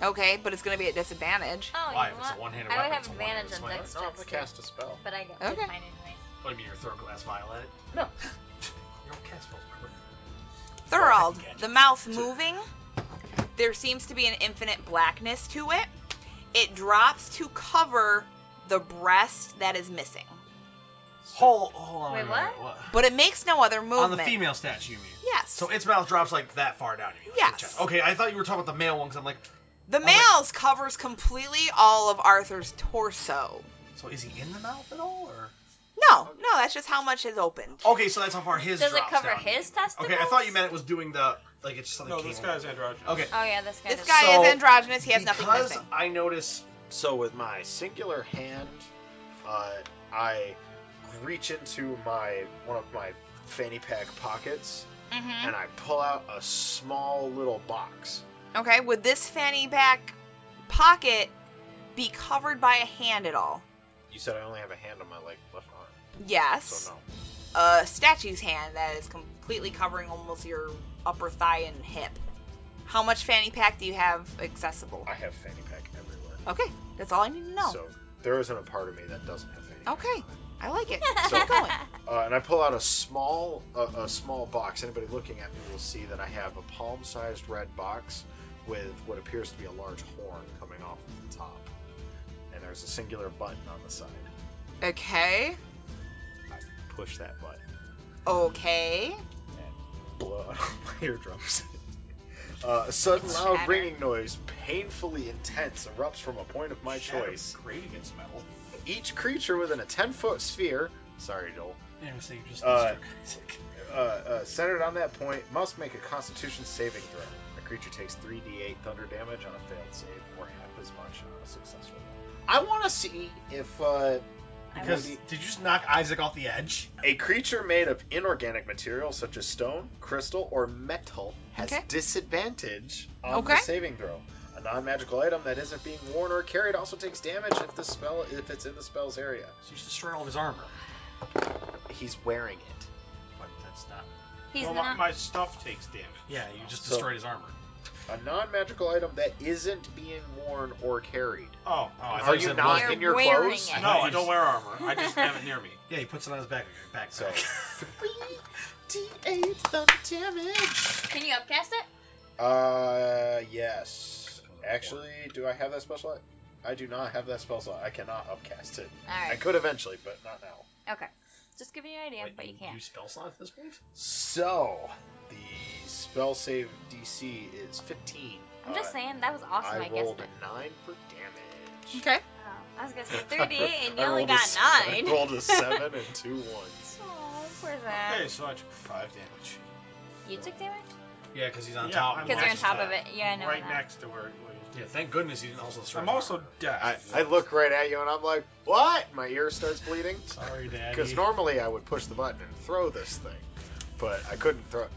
Okay, but it's gonna be at disadvantage. Oh, Why? you If know it's a what? one-handed I weapon. would have it's a one-handed advantage on swing. dex. No, I'm gonna cast a spell. But I don't Okay. get mine anyway. What do you mean, your throat glass violet? No. You don't cast spells, remember? Thurald, the mouth moving. There seems to be an infinite blackness to it. It drops to cover the breast that is missing, Hold, hold on. Wait, minute, but it makes no other movement. On the female statue, you mean? Yes. So its mouth drops like that far down. You mean, like, the Yes. chest. Okay, I thought you were talking about the male one because I'm like, the male's covers completely all of Arthur's torso. so is he in the mouth at all, or? No, no, that's just how much is opened. Okay, so that's how far his. Does it drops cover down. his testicles? Okay, I thought you meant it was doing the like it's just something. No, this came over. guy's androgynous. Okay. Oh yeah, this guy. This does. guy So, is androgynous. He has nothing because missing. I notice. So with my singular hand, uh, I reach into my one of my fanny pack pockets hmm and I pull out a small little box. Okay, would this fanny pack pocket be covered by a hand at all? You said I only have a hand on my like left arm, Yes. so no. A statue's hand that is completely covering almost your upper thigh and hip. How much fanny pack do you have accessible? I have fanny pack everywhere. Okay, that's all I need to know. So there isn't a part of me that doesn't have fanny. pack. okay, I like it. So- Keep going. Uh, and I pull out a small uh, a small box. Anybody looking at me will see that I have a palm-sized red box with what appears to be a large horn coming off of the top, and there's a singular button on the side. Okay, Push that button, okay. blow out all my eardrums. uh, a sudden It's loud shatter. ringing noise, painfully intense, erupts from a point of my Shadow choice. Grating its metal. Each creature within a 10-foot sphere. Sorry, Joel. Yeah, so you just. Uh, uh, uh, centered on that point must make a constitution saving throw. A creature takes 3d8 thunder damage on a failed save or half as much on a successful one. I want to see if uh, because would did you just knock Isaac off the edge? a creature made of inorganic material such as stone, crystal, or metal has Okay. disadvantage on the Okay. saving throw. A non-magical item that isn't being worn or carried also takes damage if the spell if it's in the spell's area. So you just destroyed all of his armor. He's wearing it. But that's not. He's Well, my, not. my stuff takes damage. Yeah, you just So- destroyed his armor. A non-magical item that isn't being worn or carried. Oh, Oh, I thought Are you you said not wearing. in your Wearing clothes? it. no, I don't wear armor. I just have it near me. Yeah, he puts it on his back. Back. So back. three d8 thunder damage. Can you upcast it? Uh, yes. Actually, do I have that spell slot? I do not have that spell slot. I cannot upcast it. All I right. could eventually, but not now. Okay. Just giving you an idea, Wait, but you You can't. spell slot at this point? So the spell save DC is 15. I'm Uh, just saying that was awesome. I, I guessed rolled it. a nine for damage. Okay. Oh, I was gonna say 38, and you I only rolled a got s- I nine. rolled a seven and two ones. Oh, poor Zach. Okay, so I took five damage. You took damage? Yeah, because he's on Yeah, top. I'm Because you're on Matches top that. of it. Yeah, I know right that. next to where it was. Yeah, thank goodness he didn't also destroy. I'm his also armor. I, deaf. I look right at you and I'm like, what? My ear starts bleeding. Sorry, Daddy. Because normally I would push the button and throw this thing, but I couldn't throw it.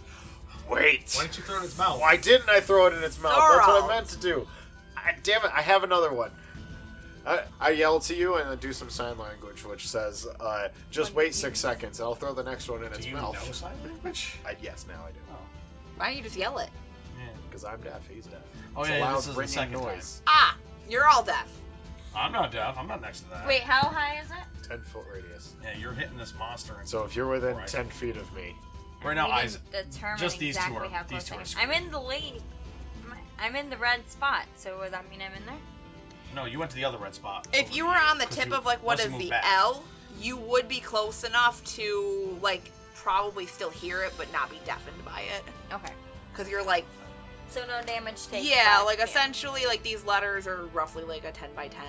Wait! Why didn't you throw it in his mouth? Why didn't I throw it in its mouth? That's what I Thorough. meant to do. I, damn it, I have another one. I, I yell to you and then do some sign language, which says, uh, just wait six seconds and I'll throw the next one in its Do you mouth. know sign language? I, yes, now I do. Why don't you just yell it? Because I'm deaf, he's deaf. Oh It's a yeah, loud this is the ringing second noise. Ah, you're all deaf. time. I'm not deaf. I'm not next to that. Wait, how high is it? 10 foot radius. Yeah, you're hitting this monster. And So if you're within Right. 10 feet of me, right now, We Isaac. didn't determine just these two exactly are- how these close two I are am. screwed. I'm in the late. I'm in the red spot, so does that mean I'm in there? No, you went to the other red spot. If over you to were on the 'cause tip you- of like what once is you move the back. L, you would be close enough to like probably still hear it but not be deafened by it Okay. cuz you're like So no damage taken. yeah, but- like essentially like these letters are roughly like a 10 by 10.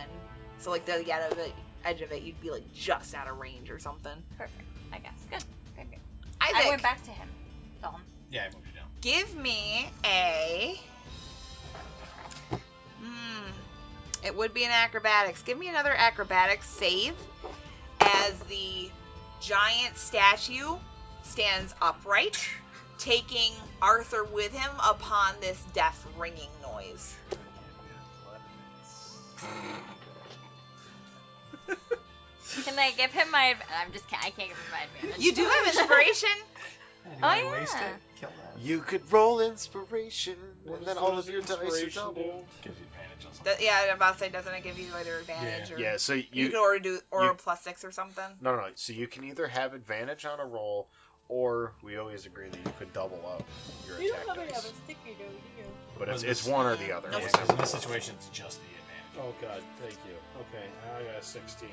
So like the yeah, the edge of it you'd be like just out of range or something. Perfect. I guess. Good. Good. good. I I think went back to him. Dalton. Yeah, I moved you down. give me a Hmm. It would be an acrobatics. Give me another acrobatics save as the giant statue stands upright, taking Arthur with him upon this deaf ringing noise. Can I give him my? adv- I'm just. Can't, I can't give him my advantage. You do have inspiration? Oh, yeah. Waste it. Kill that. You could roll inspiration, What and then does- all what of does your dice are inspiration doubled. do? Gives you advantage on something. Do- yeah, I'm about to say, doesn't it give you either advantage or. Yeah, so you, You, can already do or you- a plus six or something. no, no, no. So you can either have advantage on a roll, or we always agree that you could double up your attack dice. sticky though, do you? But it's, Wasn't it's this- one or the other. Yeah, It's 'cause in never this both. situation, it's just the advantage. Oh god, thank you. Okay, I got a 16.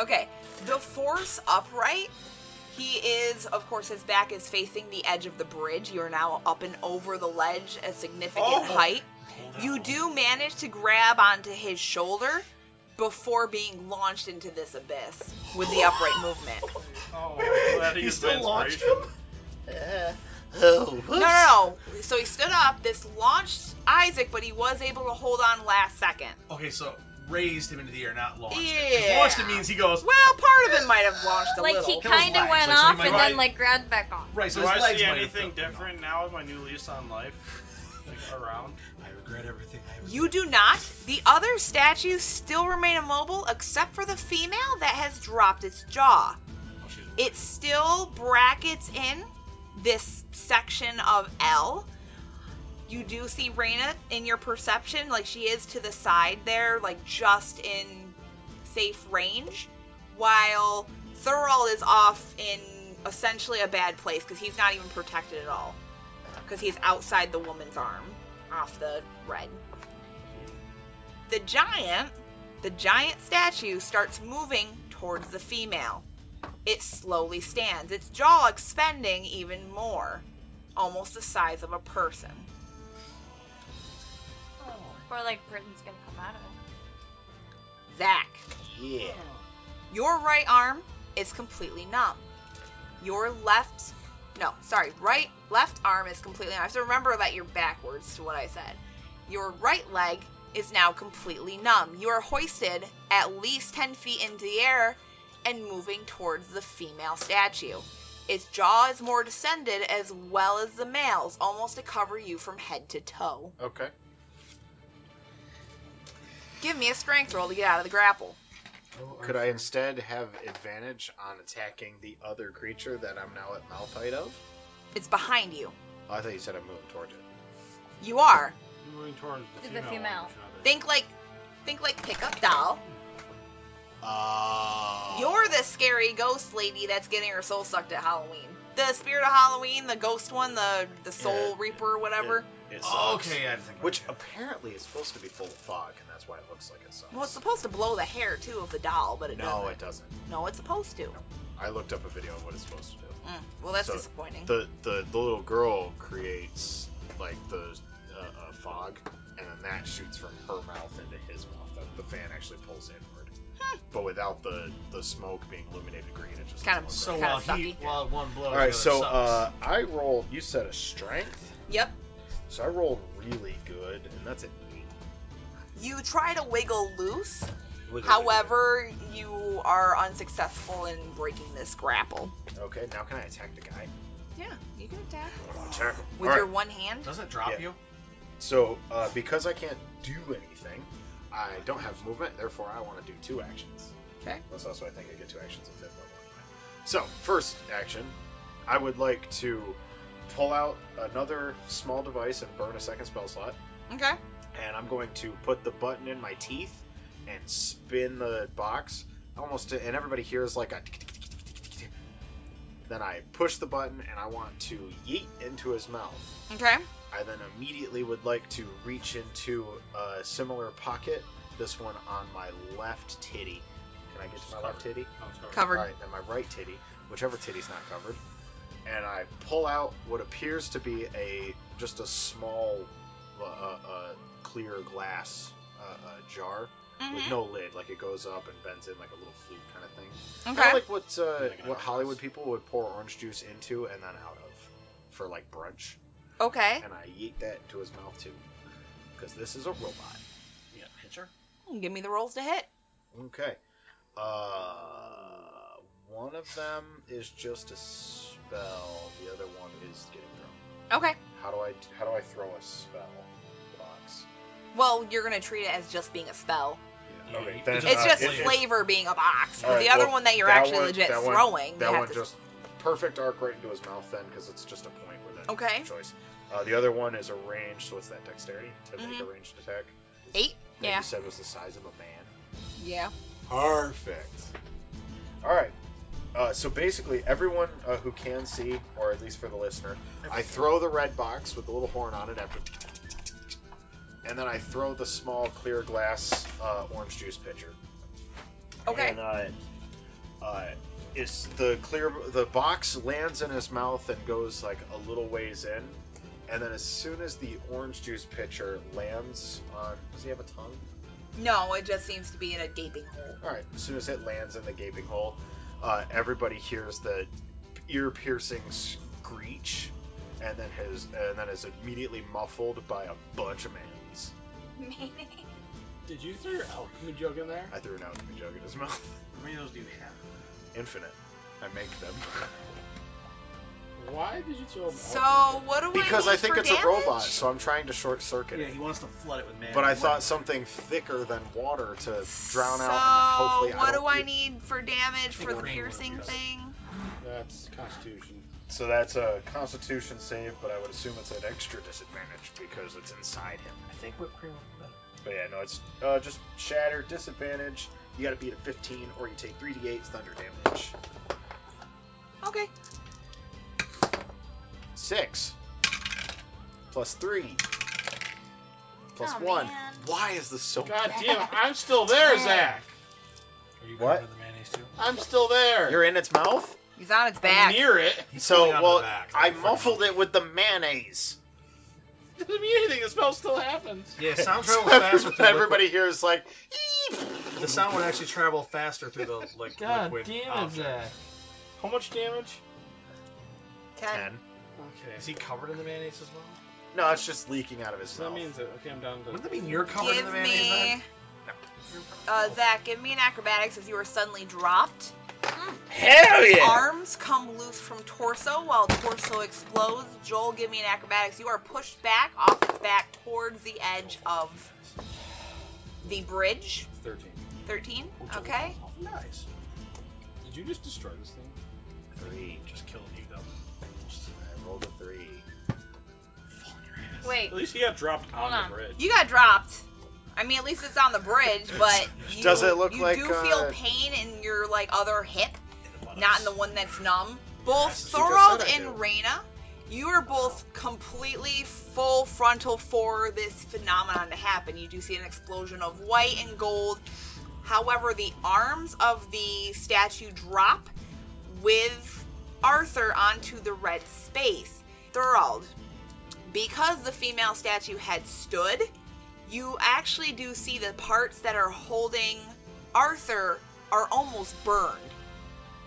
Okay, the force upright. He is, of course, his back is facing the edge of the bridge. You're now up and over the ledge, a significant Oh. height. Hold on, You hold do manage to grab onto his shoulder before being launched into this abyss with the upright movement. Oh, Glad he used my inspiration. Uh, oh, No, whoops. no, no. So he stood up. This launched Isaac, but he was able to hold on last second. on. Okay, so raised him into the air, not launched. Yeah. Because launched it means he goes. Well, part of it might have launched a Like little. he That was kind of light, went like, so he off might and ride- then like grabbed back on. Right, so Do his I legs see might have anything felt- no. different now with my new lease on life? like around? I regret everything. I regret You do not. The other statues still remain immobile except for the female that has dropped its jaw. Oh, she's- It still brackets in this section of L. You do see Raina in your perception, like she is to the side there, like just in safe range, while Thurl is off in essentially a bad place because he's not even protected at all. Because he's outside the woman's arm, off the red. The giant, the giant statue starts moving towards the female. It slowly stands, its jaw expanding even more, almost the size of a person. Or like Britain's gonna come out of it. Zach, Yeah. your right arm is completely numb. Your left, no, sorry, right, left arm is completely numb. I have to remember that you're backwards to what I said. Your right leg is now completely numb. You are hoisted at least 10 feet into the air and moving towards the female statue. Its jaw is more descended as well as the male's, almost to cover you from head to toe. Okay. Give me a strength roll to get out of the grapple. Could I instead have advantage on attacking the other creature that I'm now at mouth height of? It's behind you. Oh, I thought you said I'm moving towards it. You are. You're moving towards the To the female. female. one, shouldn't I? Think like think like pickup doll. Ah. Uh, You're the scary ghost lady that's getting her soul sucked at Halloween. The spirit of Halloween, the ghost one, the the soul Yeah. reaper, whatever. It uh, Oh, sucks. okay, I think. Which apparently is supposed to be full of fog, and that's why it looks like it sucks. Well, it's supposed to blow the hair too of the doll, but it no, doesn't. it doesn't. No, it's supposed to. I looked up a video of what it's supposed to do. Mm, well, that's So, disappointing. The the, the little girl creates like the uh, a fog, and then that shoots from her mouth into his mouth. That the fan actually pulls inward, but without the the smoke being illuminated green, it just Kind of looks So like- Kinda while he, sucky. while one blows, All right, the other so sucks. uh, I rolled. You said a strength, yep. so I rolled really good, and that's an eight. You try to wiggle loose, Really however, you are unsuccessful in breaking this grapple. good. okay, now can I attack the guy? Yeah, you can attack I'm gonna attack him. with All your right, one hand. doesn't it drop Yeah. you? So uh, because I can't do anything, I don't have movement. Therefore, I want to do two actions. Okay. That's also I think I get two actions at fifth level. Anyway. So first action, I would like to pull out another small device and burn a second spell slot. Okay. and I'm going to put the button in my teeth and spin the box almost to, and everybody hears like a tick, tick, tick, tick, tick, tick. then I push the button and I want to yeet into his mouth. Okay. I then immediately would like to reach into a similar pocket, this one on my left titty. Can I get to my left titty? Oh, it's covered. Covered. All right, then my right titty, whichever titty's not covered, and I pull out what appears to be a just a small, uh, uh, uh, clear glass uh, uh, jar with Mhm. no lid. Like it goes up and bends in like a little flute kind of thing. Kind Okay. of like what uh, Like an what hourglass. Hollywood people would pour orange juice into and then out of for like brunch. Okay. And I yeet that into his mouth too, because this is a robot. Yeah, hit her. Give me the rolls to hit. Okay. Uh, One of them is just a spell. The other one is getting thrown. Okay. How do I how do I throw a spell box? Well, you're gonna treat it as just being a spell. Yeah, Okay, you- then, It's Uh, just it- it- flavor being a box. All right, the other well, one that you're that actually one- legit that one- throwing, you That have one to. just perfect arc right into his mouth then, because it's just a point with a Okay. choice. Uh, the other one is a range. So what's that dexterity to make a Mhm. ranged attack? Eight? That Yeah. You said was the size of a man. Yeah. Perfect. All right. Uh, so basically, everyone uh, who can see, or at least for the listener, I throw the red box with the little horn on it after, and then I throw the small clear glass uh, orange juice pitcher. Okay. And uh, uh, it's the clear the box lands in his mouth and goes like a little ways in, and then as soon as the orange juice pitcher lands on, does he have a tongue? No, it just seems to be in a gaping hole. All right. As soon as it lands in the gaping hole, uh, everybody hears the ear-piercing screech, and then his and then is immediately muffled by a bunch of mans. Did you throw your alchemy jug in there? I threw an alchemy jug in his mouth. How many of those do you have? Infinite. I make them Why did you throw an So alchemy what do because I? I need think for it's damage? a robot, so I'm trying to short circuit Yeah, it. he wants to flood it with man. But I thought something thicker than water to drown out, and hopefully So I what don't do I eat- need for damage Think for the rain would've piercing done it. thing? jug? That's Constitution. So that's a Constitution save, but I would assume it's an extra disadvantage because it's inside him. I think whipped cream would be better. But yeah, no, it's uh, just shatter, disadvantage. You gotta beat a 15 or you take 3d8 thunder damage. Okay. 6. Plus 3. Plus Aw, 1. Oh, man. Why is this so God damn, I'm still there, Yeah. Zach. Are you What? going for the mayonnaise too? I'm still there. You're in its mouth? He's on its I'm back. near it. He's So, pulling on the well, back, I like a freaking muffled monkey. it with the mayonnaise. Doesn't mean anything. The spell still happens. Yeah, sound So travels fast with everybody, the liquid. everybody here is like, The sound would actually travel faster through the like God liquid. damn it, object. Zach. How much damage? Ten. Okay. Is he covered in the mayonnaise as well? No, it's just leaking out of his So that mouth. means that okay, I'm down to. Wouldn't that mean you're covered in Give the mayonnaise? me, then? uh, Zach. Give me an acrobatics as you are suddenly dropped. Hmm. Hell Arms come loose from torso while torso explodes. Joel, give me an acrobatics. You are pushed back off its back towards the edge of the bridge. Thirteen. Thirteen. Oh, Joel, Okay. Nice. Did you just destroy this thing? Three. Just killed you though. I rolled a three. Wait. At least he got dropped Hold on, on. the bridge. You got dropped. I mean, at least it's on the bridge, but you, Does it look you like, do uh, feel pain in your like other hip, not in the one that's numb. Both Yes, you just Thorold said I and do. Reyna, you are both completely full frontal for this phenomenon to happen. You do see an explosion of white and gold. However, the arms of the statue drop with Arthur onto the red space. Thorold, because the female statue had stood, you actually do see the parts that are holding Arthur are almost burned.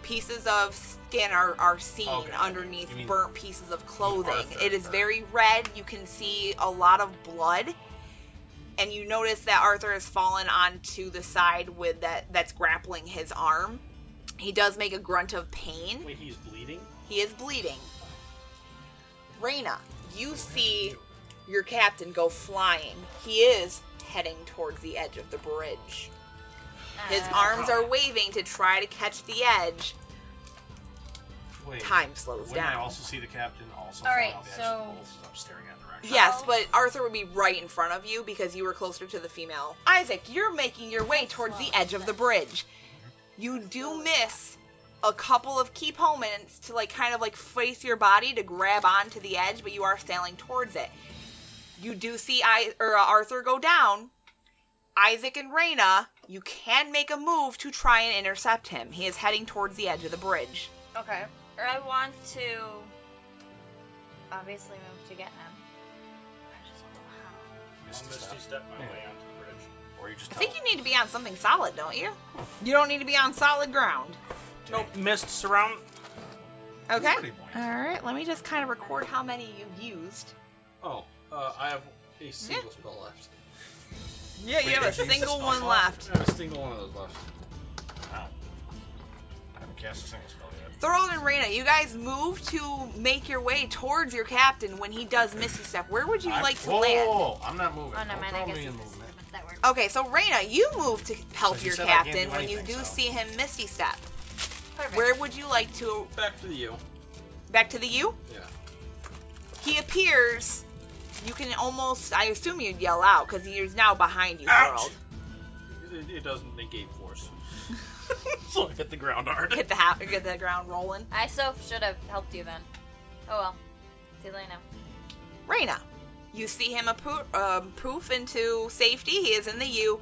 Pieces of skin are, are seen Okay. underneath You mean- burnt pieces of clothing. Arthur It is burned. very red. You can see a lot of blood. And you notice that Arthur has fallen onto the side with that that's grappling his arm. He does make a grunt of pain. Wait, he's bleeding. He is bleeding. Reyna, you see your captain go flying. He is heading towards the edge of the bridge. His Uh, arms are waving to try to catch the edge. Wait. Time slows Wouldn't I down. also see the captain also All fly right, off the edge so- of the bolt as I'm staring at the wreck? Yes, Oh. but Arthur would be right in front of you because you were closer to the female. Isaac, you're making your way towards the edge of the bridge. You do miss a couple of key moments to like kind of like face your body to grab onto the edge, but you are sailing towards it. You do see I or uh, Arthur go down. Isaac and Reyna, you can make a move to try and intercept him. He is heading towards the edge of the bridge. Okay. I want to obviously move to get him. I just don't know how. Misty I'll step. misty step my Yeah. way onto the bridge. Or you just I tell think you need to be on something solid, don't you? You don't need to be on solid ground. Nope, mist surround. Okay. Uh, Pretty boy. All right, let me just kind of record how many you've used. Oh, uh, I have a single spell left. Yeah, you Wait, have a did you use the single spell one slot? left. I have a single one of those left. Wow. I'm cast a single spell yet. Thorold and Reyna, you guys move to make your way towards your captain when he does Misty Step. Where would you I'm- like to whoa, land? Whoa, whoa, I'm not moving. Oh, no, Don't man, throw I guess me he in just movement. doesn't- that works. Okay, so Reyna, you move to help But you your said I can't captain do when you do anything, so. see him Misty Step. Perfect. Where would you like to Back to you. back to the U? Yeah. He appears. You can almost. I assume you'd yell out because he is now behind you, Ouch. Thorold. It, it doesn't negate force. so I hit the ground hard. Get the ha- get the ground rolling. I so should have helped you then. Oh well. See you later. Reyna, you see him appro- um, poof into safety. He is in the U.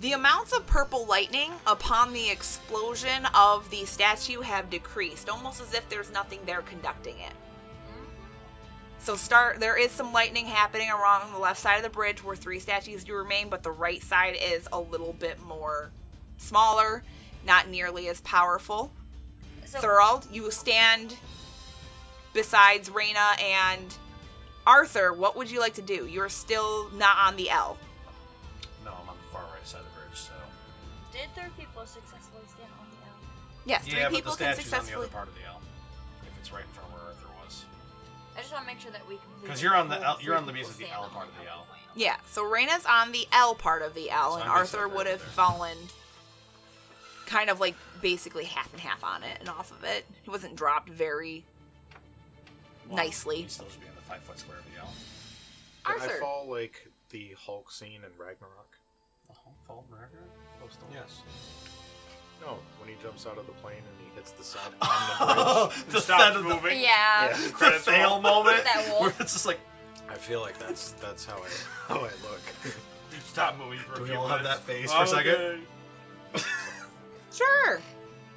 The amounts of purple lightning upon the explosion of the statue have decreased, almost as if there's nothing there conducting it. Mm-hmm. So start. There is some lightning happening around the left side of the bridge where three statues do remain, but the right side is a little bit more smaller, not nearly as powerful. So, Thorold, you stand besides Reyna and Arthur. What would you like to do? You're still not on the L. No, I'm on the far right side of the bridge, so. did three people successfully stand on the L? Yes, three yeah, but the people can statue's on the successfully. other part of the L. If it's right in front of where Arthur was. I just want to make sure that we completely. 'Cause you're on the all L- you're three on the people base of the stand L on part of the L. Yeah, so Reyna's on the L part of the L, So and I'm basically Arthur right would have there. fallen kind of like basically half and half on it and off of it. He wasn't dropped very Well, nicely. He'd still just be in the five foot square of the L. Did I Arthur. fall like the Hulk scene in Ragnarok? Yes. No, when he jumps out of the plane and he hits the side on Oh, the the bridge. side Stop of the- moving. Yeah. Yeah. the fail moment. That wolf. where it's just like, I feel like that's that's how I how I look. stop moving for Do a we few all have minutes. that Oh, face for a second? Okay. Sure.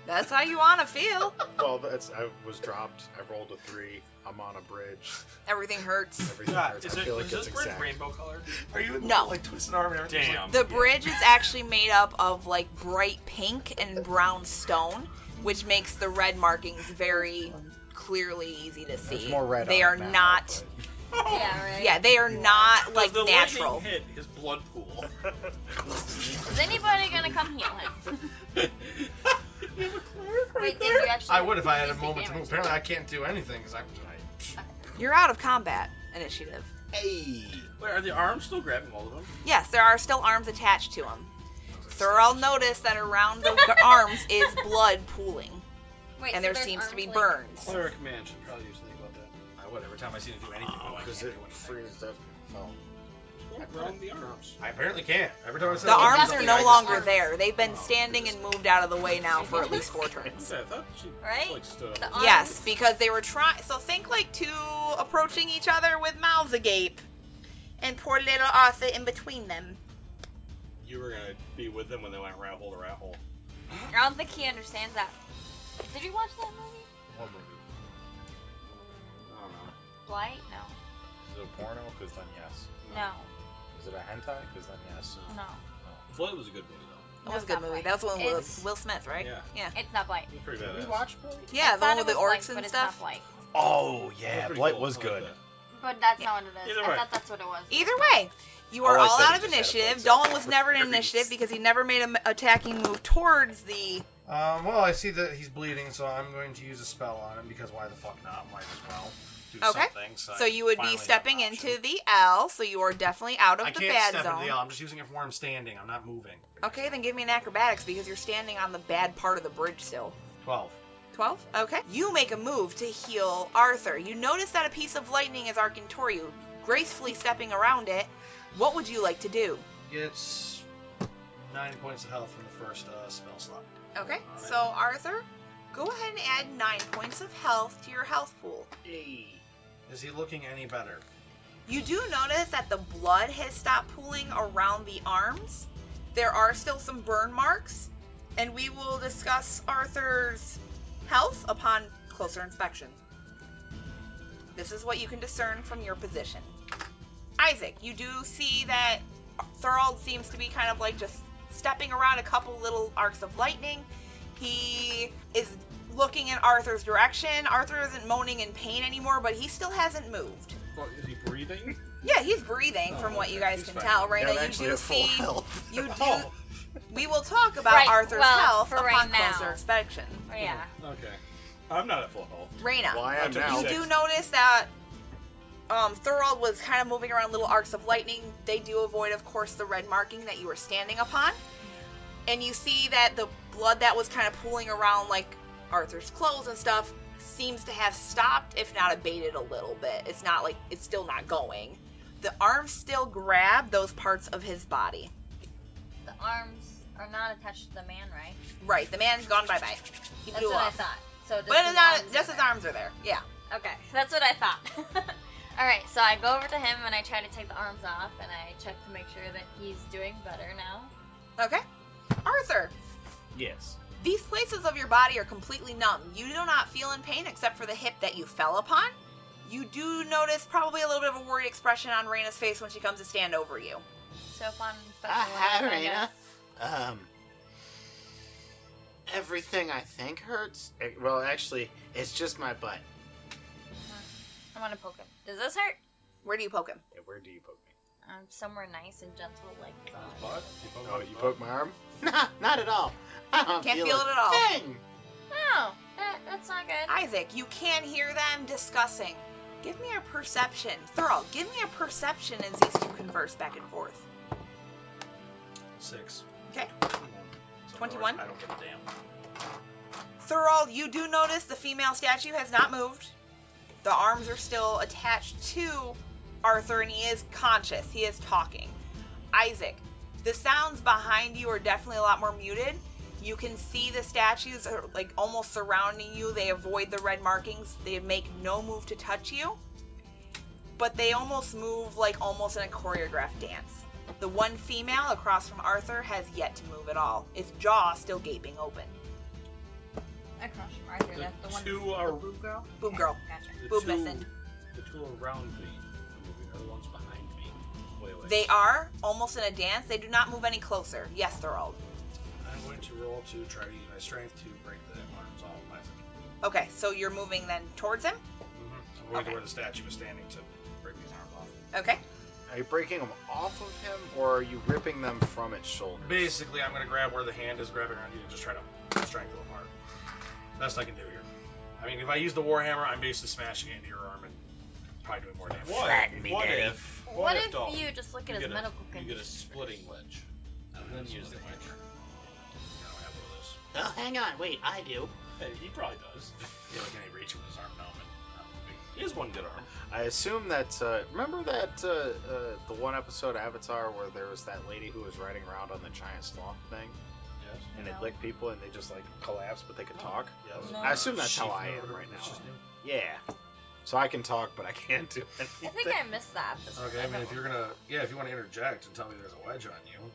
That's how you want to feel. Well, that's I was dropped. I rolled a three. I'm on a bridge. Everything hurts. Everything God, hurts. is I it, feel like is it's this bridge exact. rainbow colored? Are you in No. like twisted arm and everything? Damn. The bridge is actually made up of like bright pink and brown stone, which makes the red markings very clearly easy to see. There's more red. they on are it now, not. Yeah, right. Yeah, they are not like the natural. lightning hit his blood pool. Is anybody gonna come heal him? Wait, did you actually? I would if I had a physically moment to move. damage Apparently, I can't do anything because I'm. You're out of combat initiative. but- Hey. Wait, are the arms still grabbing all of them? Yes, there are still arms attached to him. Thurl noticed that around the g- arms is blood pooling, him? Wait, and so there there's seems to arms be like- burns. Cleric man should probably usually think about that. I would every time I see him do anything. Oh, but I Because can't it do anything. freezed up. Oh. What wrong the arms? I apparently can't. Every time I see The him do arms something, are I no just- longer there. They've been standing and moved out of the way now for at least four turns. Okay, I thought she Right? like stood up. The arms. Yes, because they were trying. So think like two approaching each other with mouths agape, and poor little Arthur in between them. You were gonna be with them when they went rat hole to rat hole. I don't think he understands that. Did you watch that movie? What movie? I don't know. Blight? No. Is it a porno? Because then yes. No. Is it a hentai? Because then yes. No. Floyd was a good movie though. That No, was a it's good not movie. Blight. That was the one It's- with Will Smith, right? Yeah. Yeah. It's not Blight. It was pretty badass. Yeah, I the thought one it with the was Blight, orcs and but It's stuff. not Blight. Oh That yeah, pretty Blight cool. was I like good. that. But that's not what it is. Either I way. thought that's what it was. Either way, you I are like all that out he of just had a initiative. bolt Dolan set was for never in freeze. initiative because he never made an attacking move towards the. Um, well, I see that he's bleeding, so I'm going to use a spell on him because why the fuck not? Might as well do Okay. something. So, So I you would finally be have an stepping option. into the L. So you are definitely out of I the can't bad step zone. into the L. I'm just using it from where I'm standing. I'm not moving. Okay, then give me an acrobatics because you're standing on the bad part of the bridge still. Twelve. 12? Okay. You make a move to heal Arthur. You notice that a piece of lightning is arcing toward you, gracefully stepping around it. What would you like to do? Gets nine points of health from the first uh, spell slot. Okay, so Arthur, go ahead and add 9 points of health to your health pool. Is he looking any better? You do notice that the blood has stopped pooling around the arms. There are still some burn marks, and we will discuss Arthur's health upon closer inspection. This is what you can discern from your position. Isaac, you do see that Thorold seems to be kind of like just stepping around a couple little arcs of lightning. He is looking in Arthur's direction. Arthur isn't moaning in pain anymore, but he still hasn't moved. What, is he breathing? Yeah, he's breathing Oh, from what okay. you guys He's can fine. tell, right? I'm Now you actually do at full see health. you do Oh. We will talk about Right, Arthur's well, health for upon right now. closer inspection. Oh, yeah. Okay. I'm not at full health. Raina, Well, I I am took now. you six. do notice that um, Thorold was kind of moving around little arcs of lightning. They do avoid, of course, the red marking that you were standing upon. And you see that the blood that was kind of pooling around, like Arthur's clothes and stuff, seems to have stopped, if not abated a little bit. It's not like it's still not going. The arms still grab those parts of his body. The arms are not attached to the man, right? Right, the man's gone bye bye. He That's blew what I up. thought. So just But his it's not, arms just are his there. arms are there. Yeah. Okay, that's what I thought. All right, so I go over to him and I try to take the arms off and I check to make sure that he's doing better now. Okay. Arthur, Yes. These places of your body are completely numb. You do not feel in pain except for the hip that you fell upon. You do notice probably a little bit of a worried expression on Raina's face when she comes to stand over you. So upon inspection, Ah, what hi, I find Raina. out- Um, everything I think hurts. Eh, Well, actually, it's just my butt. Uh-huh. I want to poke him. Does this hurt? Where do you poke him? Yeah, where do you poke me? Um, somewhere nice and gentle, like. On his butt? You poke Oh, his you butt? poke my arm? Nah, not at all. I don't Can't feel, feel it at all. a Thing. No, Oh, that, that's not good. Isaac, you can hear them discussing. Give me a perception. Thurl, give me a perception as these two converse back and forth. Six. Okay. So 21? I don't give a damn. Thurl, you do notice the female statue has not moved. The arms are still attached to Arthur, and he is conscious. He is talking. Isaac, the sounds behind you are definitely a lot more muted. You can see the statues are like almost surrounding you. They avoid the red markings. They make no move to touch you, but they almost move like almost in a choreographed dance. The one female across from Arthur has yet to move at all, its jaw still gaping open. Across from Arthur, The that's the one. two the are- boob girl. Boob Okay, girl. Gotcha. The Boob two, missing. The two around me are moving. Are the ones behind me? Wait, wait. They are almost in a dance. They do not move any closer. Yes, they're old. I'm going to roll to try to use my strength to break the arms off my Okay, so you're moving then towards him. I'm going Okay. to where the statue is standing to break these arms off. Okay. Are you breaking them off of him, or are you ripping them from its shoulder? Basically, I'm going to grab where the hand is grabbing around you and just try to strangle them hard. Best I can do here. I mean, if I use the warhammer, I'm basically smashing it into your arm and probably doing more damage. What? Flatten me, what Daddy. if? What, What, if Dalton, you just look at his get medical a, You get a condition? splitting wedge. And then use the wedge. I don't have one Oh, of those. hang on. Wait, I do. Hey, he probably does. Yeah, like any reach with his arm now. but He has one good arm. I assume that. Uh, remember that uh, uh, the one episode of Avatar where there was that lady who was riding around on the giant sloth thing, Yes. and No. it licked people, and they just like collapsed, but they could talk. Yes. No. I assume that's Sheep how I or am whatever right now. it's just named. Yeah. So I can talk, but I can't do I anything. think I missed that. episode. Okay, I mean, don't if you're gonna, yeah, if you want to interject and tell me there's a wedge on you,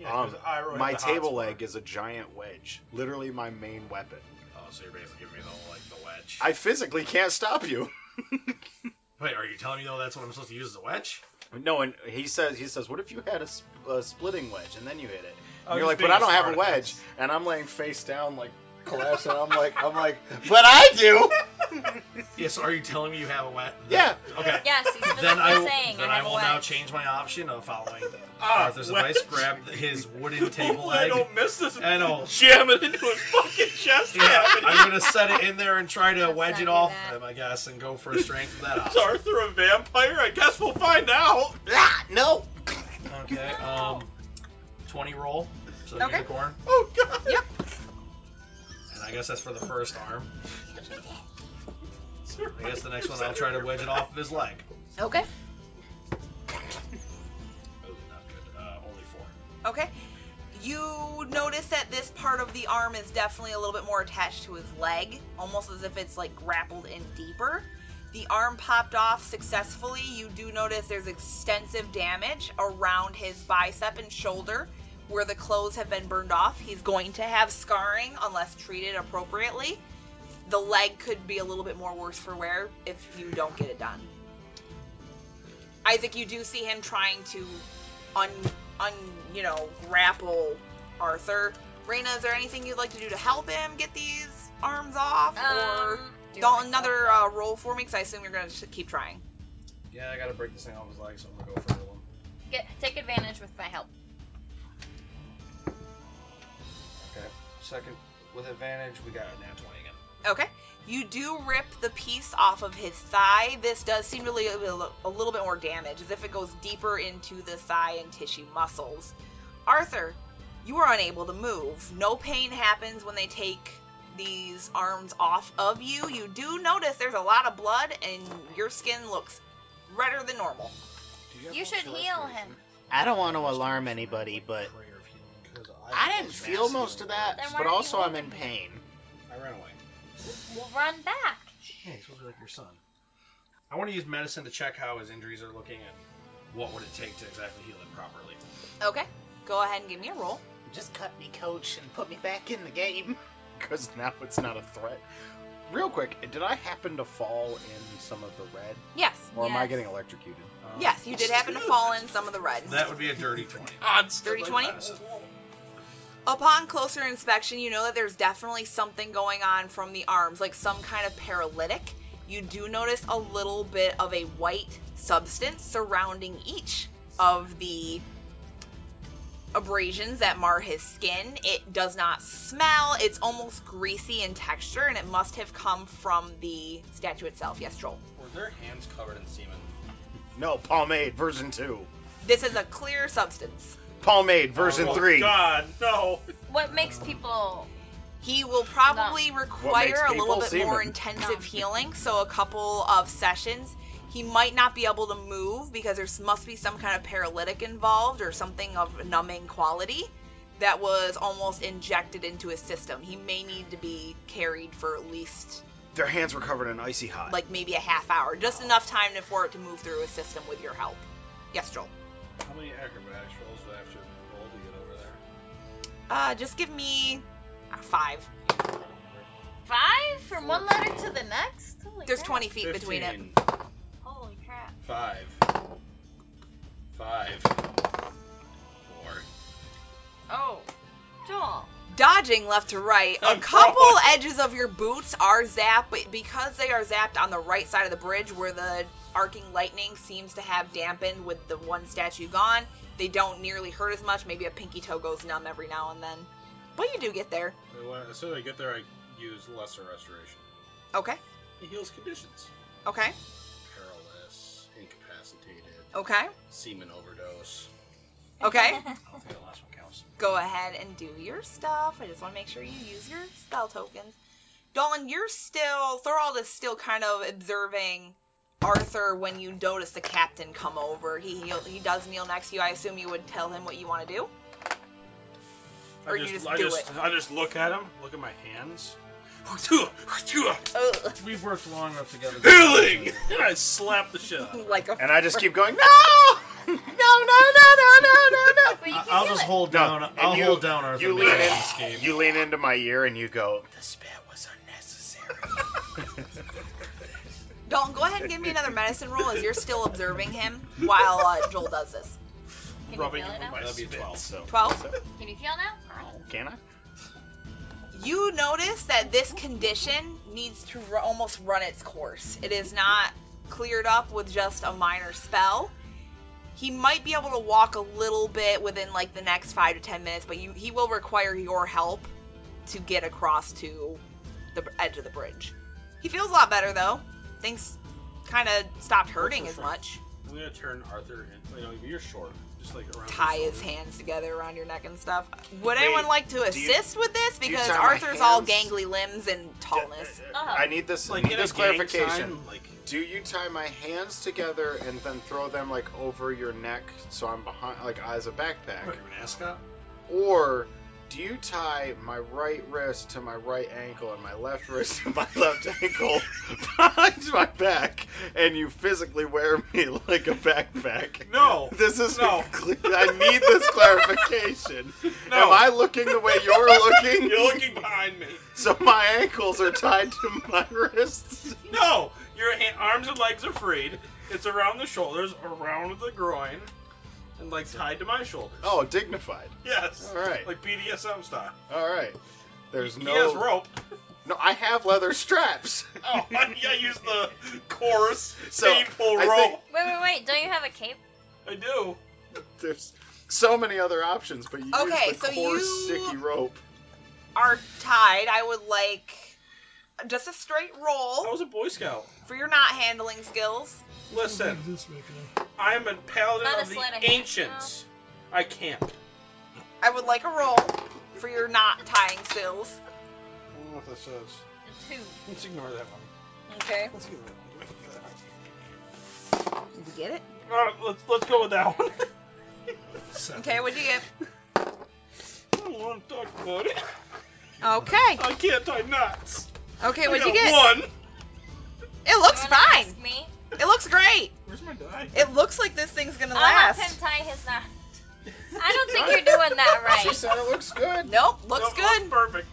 Yeah, 'cause Um, I rode My the hot table spot. leg is a giant wedge, literally my main weapon. oh, so you're basically giving me the whole, like the wedge. I physically can't stop you. Wait, are you telling me though that's what I'm supposed to use as a wedge? No, and he says he says, "What if you had a, s- a splitting wedge and then you hit it?" I was just you're like, Oh, being "But I don't have a smart wedge," ass. and I'm laying face down, like collapsing. I'm like, I'm like, but I do. Yeah. So are you telling me you have a wedge? Yeah. Okay. Yes, he's physically Then I saying then I, I have a will now wedge. change my option of following Ah, Arthur's wedge. advice, grab his wooden table Hopefully I leg, don't miss this. and I'll. Jam it into his fucking chest Yeah, cavity. I'm gonna set it in there and try to Let's wedge not it do off that. him, I guess, and go for a strength with that Is option. Arthur a vampire? I guess we'll find out. Ah, no. Okay. Um, twenty roll. So Okay. unicorn, Oh god. and I guess that's for the first arm. I guess the next one I'll try to wedge it off of his leg. Okay. Oh, not good. Uh, only four. Okay. You notice that this part of the arm is definitely a little bit more attached to his leg, almost as if it's like grappled in deeper. The arm popped off successfully. You do notice there's extensive damage around his bicep and shoulder where the clothes have been burned off. He's going to have scarring unless treated appropriately. The leg could be a little bit more worse for wear if you don't get it done. Isaac, you do see him trying to un un you know grapple Arthur. Raina, is there anything you'd like to do to help him get these arms off, or Um, do don't myself. another uh, roll for me? Because I assume you're gonna sh- keep trying. Yeah, I gotta break this thing off his leg, so I'm gonna go for another one. Get, take advantage with my help. Second with advantage, we got a nat 20 again. Okay. You do rip the piece off of his thigh. This does seem to leave a little, a little bit more damage, as if it goes deeper into the thigh and tissue muscles. Arthur, you are unable to move. No pain happens when they take these arms off of you. You do notice there's a lot of blood, and your skin looks redder than normal. Do have You monster should heal restoration? him. I don't want to alarm anybody, but Prayer of healing, 'cause I didn't was feel nasty most of when that, Then why but are you also I'm in holding me? pain. I ran away. We'll run back. Yeah, he's supposed to be like your son. I want to use medicine to check how his injuries are looking and what would it take to exactly heal him properly. Okay. Go ahead and give me a roll. Just cut me, coach, and put me back in the game. because now it's not a threat. Real quick, did I happen to fall in some of the red, Yes. or am I Yes. getting electrocuted? Um, Yes, you did happen to fall in some of the red. That would be a dirty 20. Odds to Dirty like 20? medicine. Upon closer inspection, you know that there's definitely something going on from the arms, like some kind of paralytic. You do notice a little bit of a white substance surrounding each of the abrasions that mar his skin. It does not smell, it's almost greasy in texture, and it must have come from the statue itself. Yes, Joel. Were their hands covered in semen? No, pomade version two, This is a clear substance. pomade version Oh, three. God, no. What makes people? He will probably require a little people bit more semen. intensive healing, so a couple of sessions. He might not be able to move because there must be some kind of paralytic involved or something of numbing quality that was almost injected into his system. He may need to be carried for at least Their hands were covered in icy hot. like maybe a half hour, just enough time to- for it to move through his system with your help. Yes, Joel. How many acrobatics rolls do I have to roll to get over there? Uh, just give me uh, five. Five from one letter to the next? Holy There's crap. 20 feet between it. 15, Holy crap. Five. Five. Four. Oh. Joel. Dodging left to right, a couple edges of your boots are zapped, but because they are zapped on the right side of the bridge where the arcing lightning seems to have dampened with the one statue gone, they don't nearly hurt as much. Maybe a pinky toe goes numb every now and then. But you do get there. Wait, when- As soon as I get there, I use lesser restoration. Okay, It heals conditions. okay, Perilous, incapacitated, okay, semen overdose. okay. I don't think the last one counts. Go ahead and do your stuff. I just want to make sure you use your spell tokens. Dolan, you're still, Thorold is still kind of observing Arthur when you notice the captain come over. He he'll, he does kneel next to you. I assume you would tell him what you want to do. Or I you just, just I do just, I just look at him. Look at my hands. Ugh. We've worked long enough together. Healing. And I slap the shit out. of him. like a and I just keep going. No, no, no, no, no, no, But you I- can I'll do just it. hold No, down. and I'll you- hold down no. Arthur. You Miller lean in this in. game. You lean into my ear and you go. The spit was unnecessary. Dalton, go ahead and give me another medicine roll as you're still observing him while uh, Joel does this. Can you Rubbing feel him it with now? my That'd be a spit. 12. So, Twelve. Can you feel now? oh, can I? You notice that this condition needs to ru- almost run its course. It is not cleared up with just a minor spell. He might be able to walk a little bit within like the next five to ten minutes, but you, he will require your help to get across to the br- edge of the bridge. He feels a lot better though. Things kind of stopped hurting as much. I'm gonna turn Arthur. In, you know, you're short. Just like around. Tie his shoulders. hands together around your neck and stuff. Would Wait, anyone like to do you- assist with this? do you Because tie my Arthur's all hands? gangly limbs and tallness. Oh. Uh, I need this. Like need in a this gang clarification. sign, like Do you tie my hands together and then throw them like over your neck so I'm behind, like as a backpack? what, you're an ascot. Or do you tie my right wrist to my right ankle and my left wrist to my left ankle behind my back and you physically wear me like a backpack? No. This is No. Clear. I need this clarification. Am No. I looking the way you're looking? You're looking behind me. So my ankles are tied to my wrists. No, your ha- arms and legs are freed. It's around the shoulders, around the groin, and like tied to my shoulders. Oh, dignified. yes, All right. like BDSM style. All right. There's no. He has rope. No, I have leather straps. Oh, I, I use the chorus So, painful I rope. think- Wait, wait, wait. Don't you have a cape? I do. There's so many other options, but you Okay, use the so coarse, you- sticky rope. are tied, I would like just a straight I roll was a Boy Scout. for your not handling skills. Listen, This making up. I'm a paladin Not a of the sleight of hand ancients. I can't. I would like a roll for your not tying skills. I don't know what that says. A two. Let's ignore that one. Okay. Let's ignore that one. Did you get it? All right, let's let's go with that one. Okay, what'd you get? I don't want to talk about it. Okay. I can't tie knots. Okay, I what'd you got get? One. It looks You wanna fine. ask Me? It looks great. Where's my die? It looks like this thing's gonna I'll help last. him tie his knot. I don't think you're doing that She right. said it looks good. Nope, looks That good. perfect.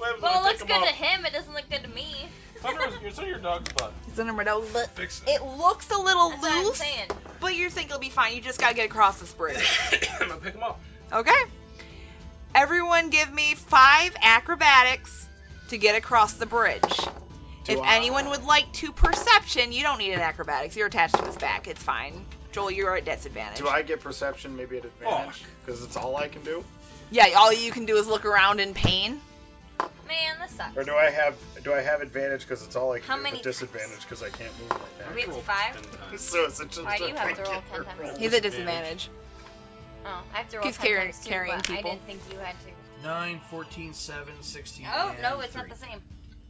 Well, Well, it looks good to him. It doesn't look good to me. Thunder, it's on your dog's butt. It's under my nose, but Fix it. it looks a little That's what I'm loose, saying. but you think it'll be fine. You just gotta get across this bridge. I'm gonna pick him up. Okay. Everyone give me five acrobatics to get across the bridge. Do if I- anyone would like to perception, you don't need an acrobatics. You're attached to his back. It's fine. Joel, you're at disadvantage. Do I get perception maybe at advantage? Because it's all I can do. Yeah, all you can do is look around in pain. Man, this sucks. Or do I have do I have advantage because it's all I can How do? many but disadvantage because I can't move like Wait, it's five? that. so it's just Why do a you have to roll regular ten roll. times? He's at disadvantage. Oh, I have to roll He's ten carrying- times too, carrying but I people. didn't think you had to. 9, 14, 7, 16. Oh and no, it's not three. the same.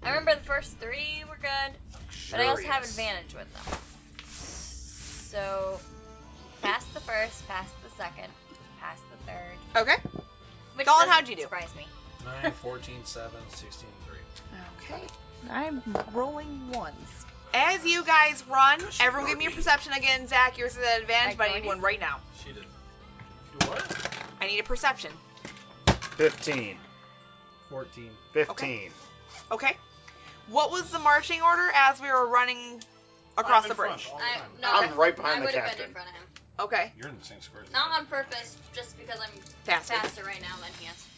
I remember the first three were good, but I also have Luxurious. advantage with them. So, past the first, past the second, past the third. Okay. Which Colin, doesn't how'd you do? Surprise me. 9, 14, 7, 16, 3. Okay. I'm rolling ones. As you guys run, everyone give me a perception again. Zach, yours is at advantage, but I need one right now. She did. Do what? I need a perception. Fifteen. 14. Fifteen. Okay. What was the marching order as we were running across I'm the in front bridge? all the I, time. no, I'm right behind I the would have been captain. in front of him. Okay. You're in the same square. as me. Not on purpose, just because I'm Faster. faster right now than he is.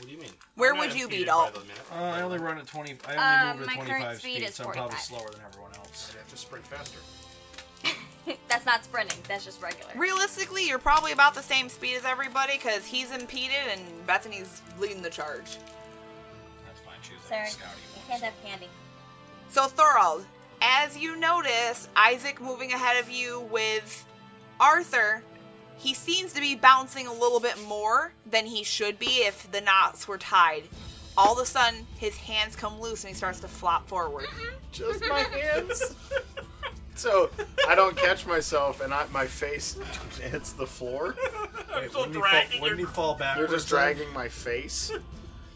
What do you mean? Where I'm not would you be, impeded Dol? by the minute. Uh, I only run at 20. Uh, I only move my at current 25 speed speed, is so I'm probably 45. slower than everyone else. I'd have to sprint faster. that's not sprinting. That's just regular. Realistically, you're probably about the same speed as everybody because he's impeded and Bethany's leading the charge. That's fine. She was Sorry. like a scouty You once. can't have candy. So, Thorold, as you notice Isaac moving ahead of you with Arthur, he seems to be bouncing a little bit more than he should be if the knots were tied. All of a sudden, his hands come loose and he starts to flop forward. Just my hands. so I don't catch myself and I, my face hits the floor. I'm Wait, still wouldn't dragging he fall- your- Wouldn't he fall You're backwards? just dragging my face.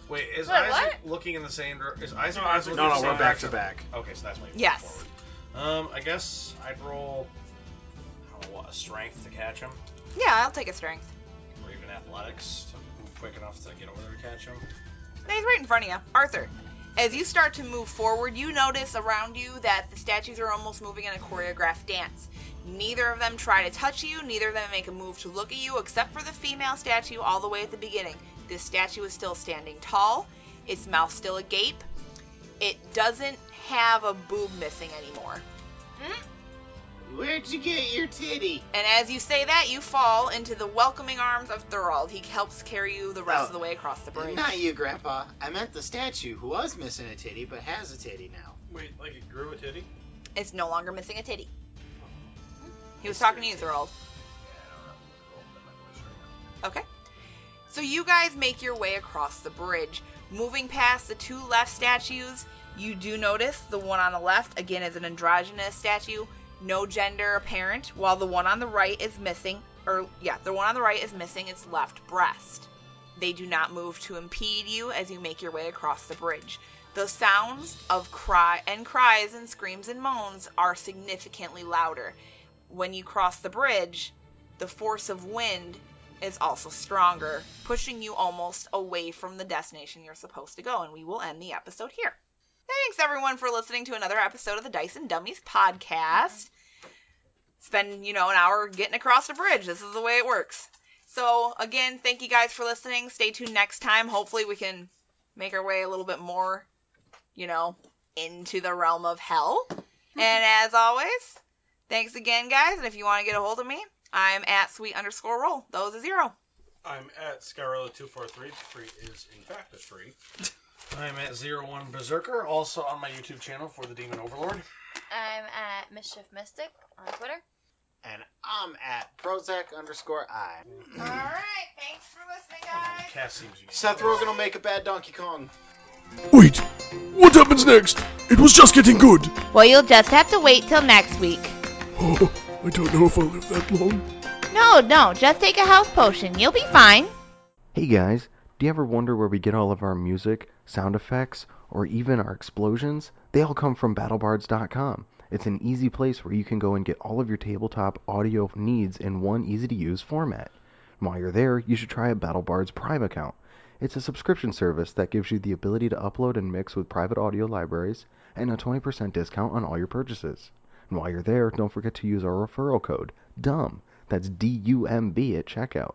Wait, is Wait, Isaac looking in the same direction? Is Isaac No, Isaac- looking No, in no, the same we're back direction? back. Okay, so that's my Yes. forward. Um, I guess I'd roll. I don't know what a strength to catch him, Yeah, I'll take a strength. or even athletics to move quick enough to get over there to catch him. Now he's right in front of you. Arthur, as you start to move forward, you notice around you that the statues are almost moving in a choreographed dance. Neither of them try to touch you, neither of them make a move to look at you, except for the female statue all the way at the beginning. This statue is still standing tall, its mouth still agape. It doesn't have a boob missing anymore. Where'd you get your titty? And as you say that, you fall into the welcoming arms of Thorold. He helps carry you the rest Oh. of the way across the bridge. Not you, Grandpa. I meant the statue who was missing a titty but has a titty now. Wait, like it grew a titty? It's no longer missing a titty. He was It's talking to your you, titty. Thorold. Yeah, I don't know what to roll for my voice right now. So you guys make your way across the bridge. Moving past the two left statues, you do notice the one on the left, again, is an androgynous statue, no gender apparent, while the one on the right is missing, or yeah, the one on the right is missing its left breast. They do not move to impede you as you make your way across the bridge. The sounds of cry and cries and screams and moans are significantly louder. When you cross the bridge, the force of wind is also stronger, pushing you almost away from the destination you're supposed to go. And we will end the episode here. Thanks everyone for listening to another episode of the Dice and Dummies podcast. Spend, you know, an hour getting across the bridge. This is the way it works. So, again, thank you guys for listening. Stay tuned next time. Hopefully, we can make our way a little bit more, you know, into the realm of hell. And as always, thanks again, guys. And if you want to get a hold of me, I'm at sweet underscore roll. Those a zero. I'm at Skyrola243. Tree is, in fact, a tree. I'm at zero one Berserker, also on my YouTube channel for the Demon Overlord. I'm at Mischief Mystic on Twitter. And I'm at Prozac underscore I. All right, thanks for listening, guys. Cass seems to be- Seth Rogen will make a bad Donkey Kong. Wait, what happens next? It was just getting good. Well, you'll just have to wait till next week. Oh, I don't know if I'll live that long. No, no, just take a health potion. You'll be fine. Hey guys, do you ever wonder where we get all of our music, sound effects, or even our explosions? They all come from battlebards.com. It's an easy place where you can go and get all of your tabletop audio needs in one easy to use format. And while you're there, you should try a BattleBards Prime account. It's a subscription service that gives you the ability to upload and mix with private audio libraries and a 20% discount on all your purchases. And while you're there, don't forget to use our referral code, DUMB. That's D U M B at checkout.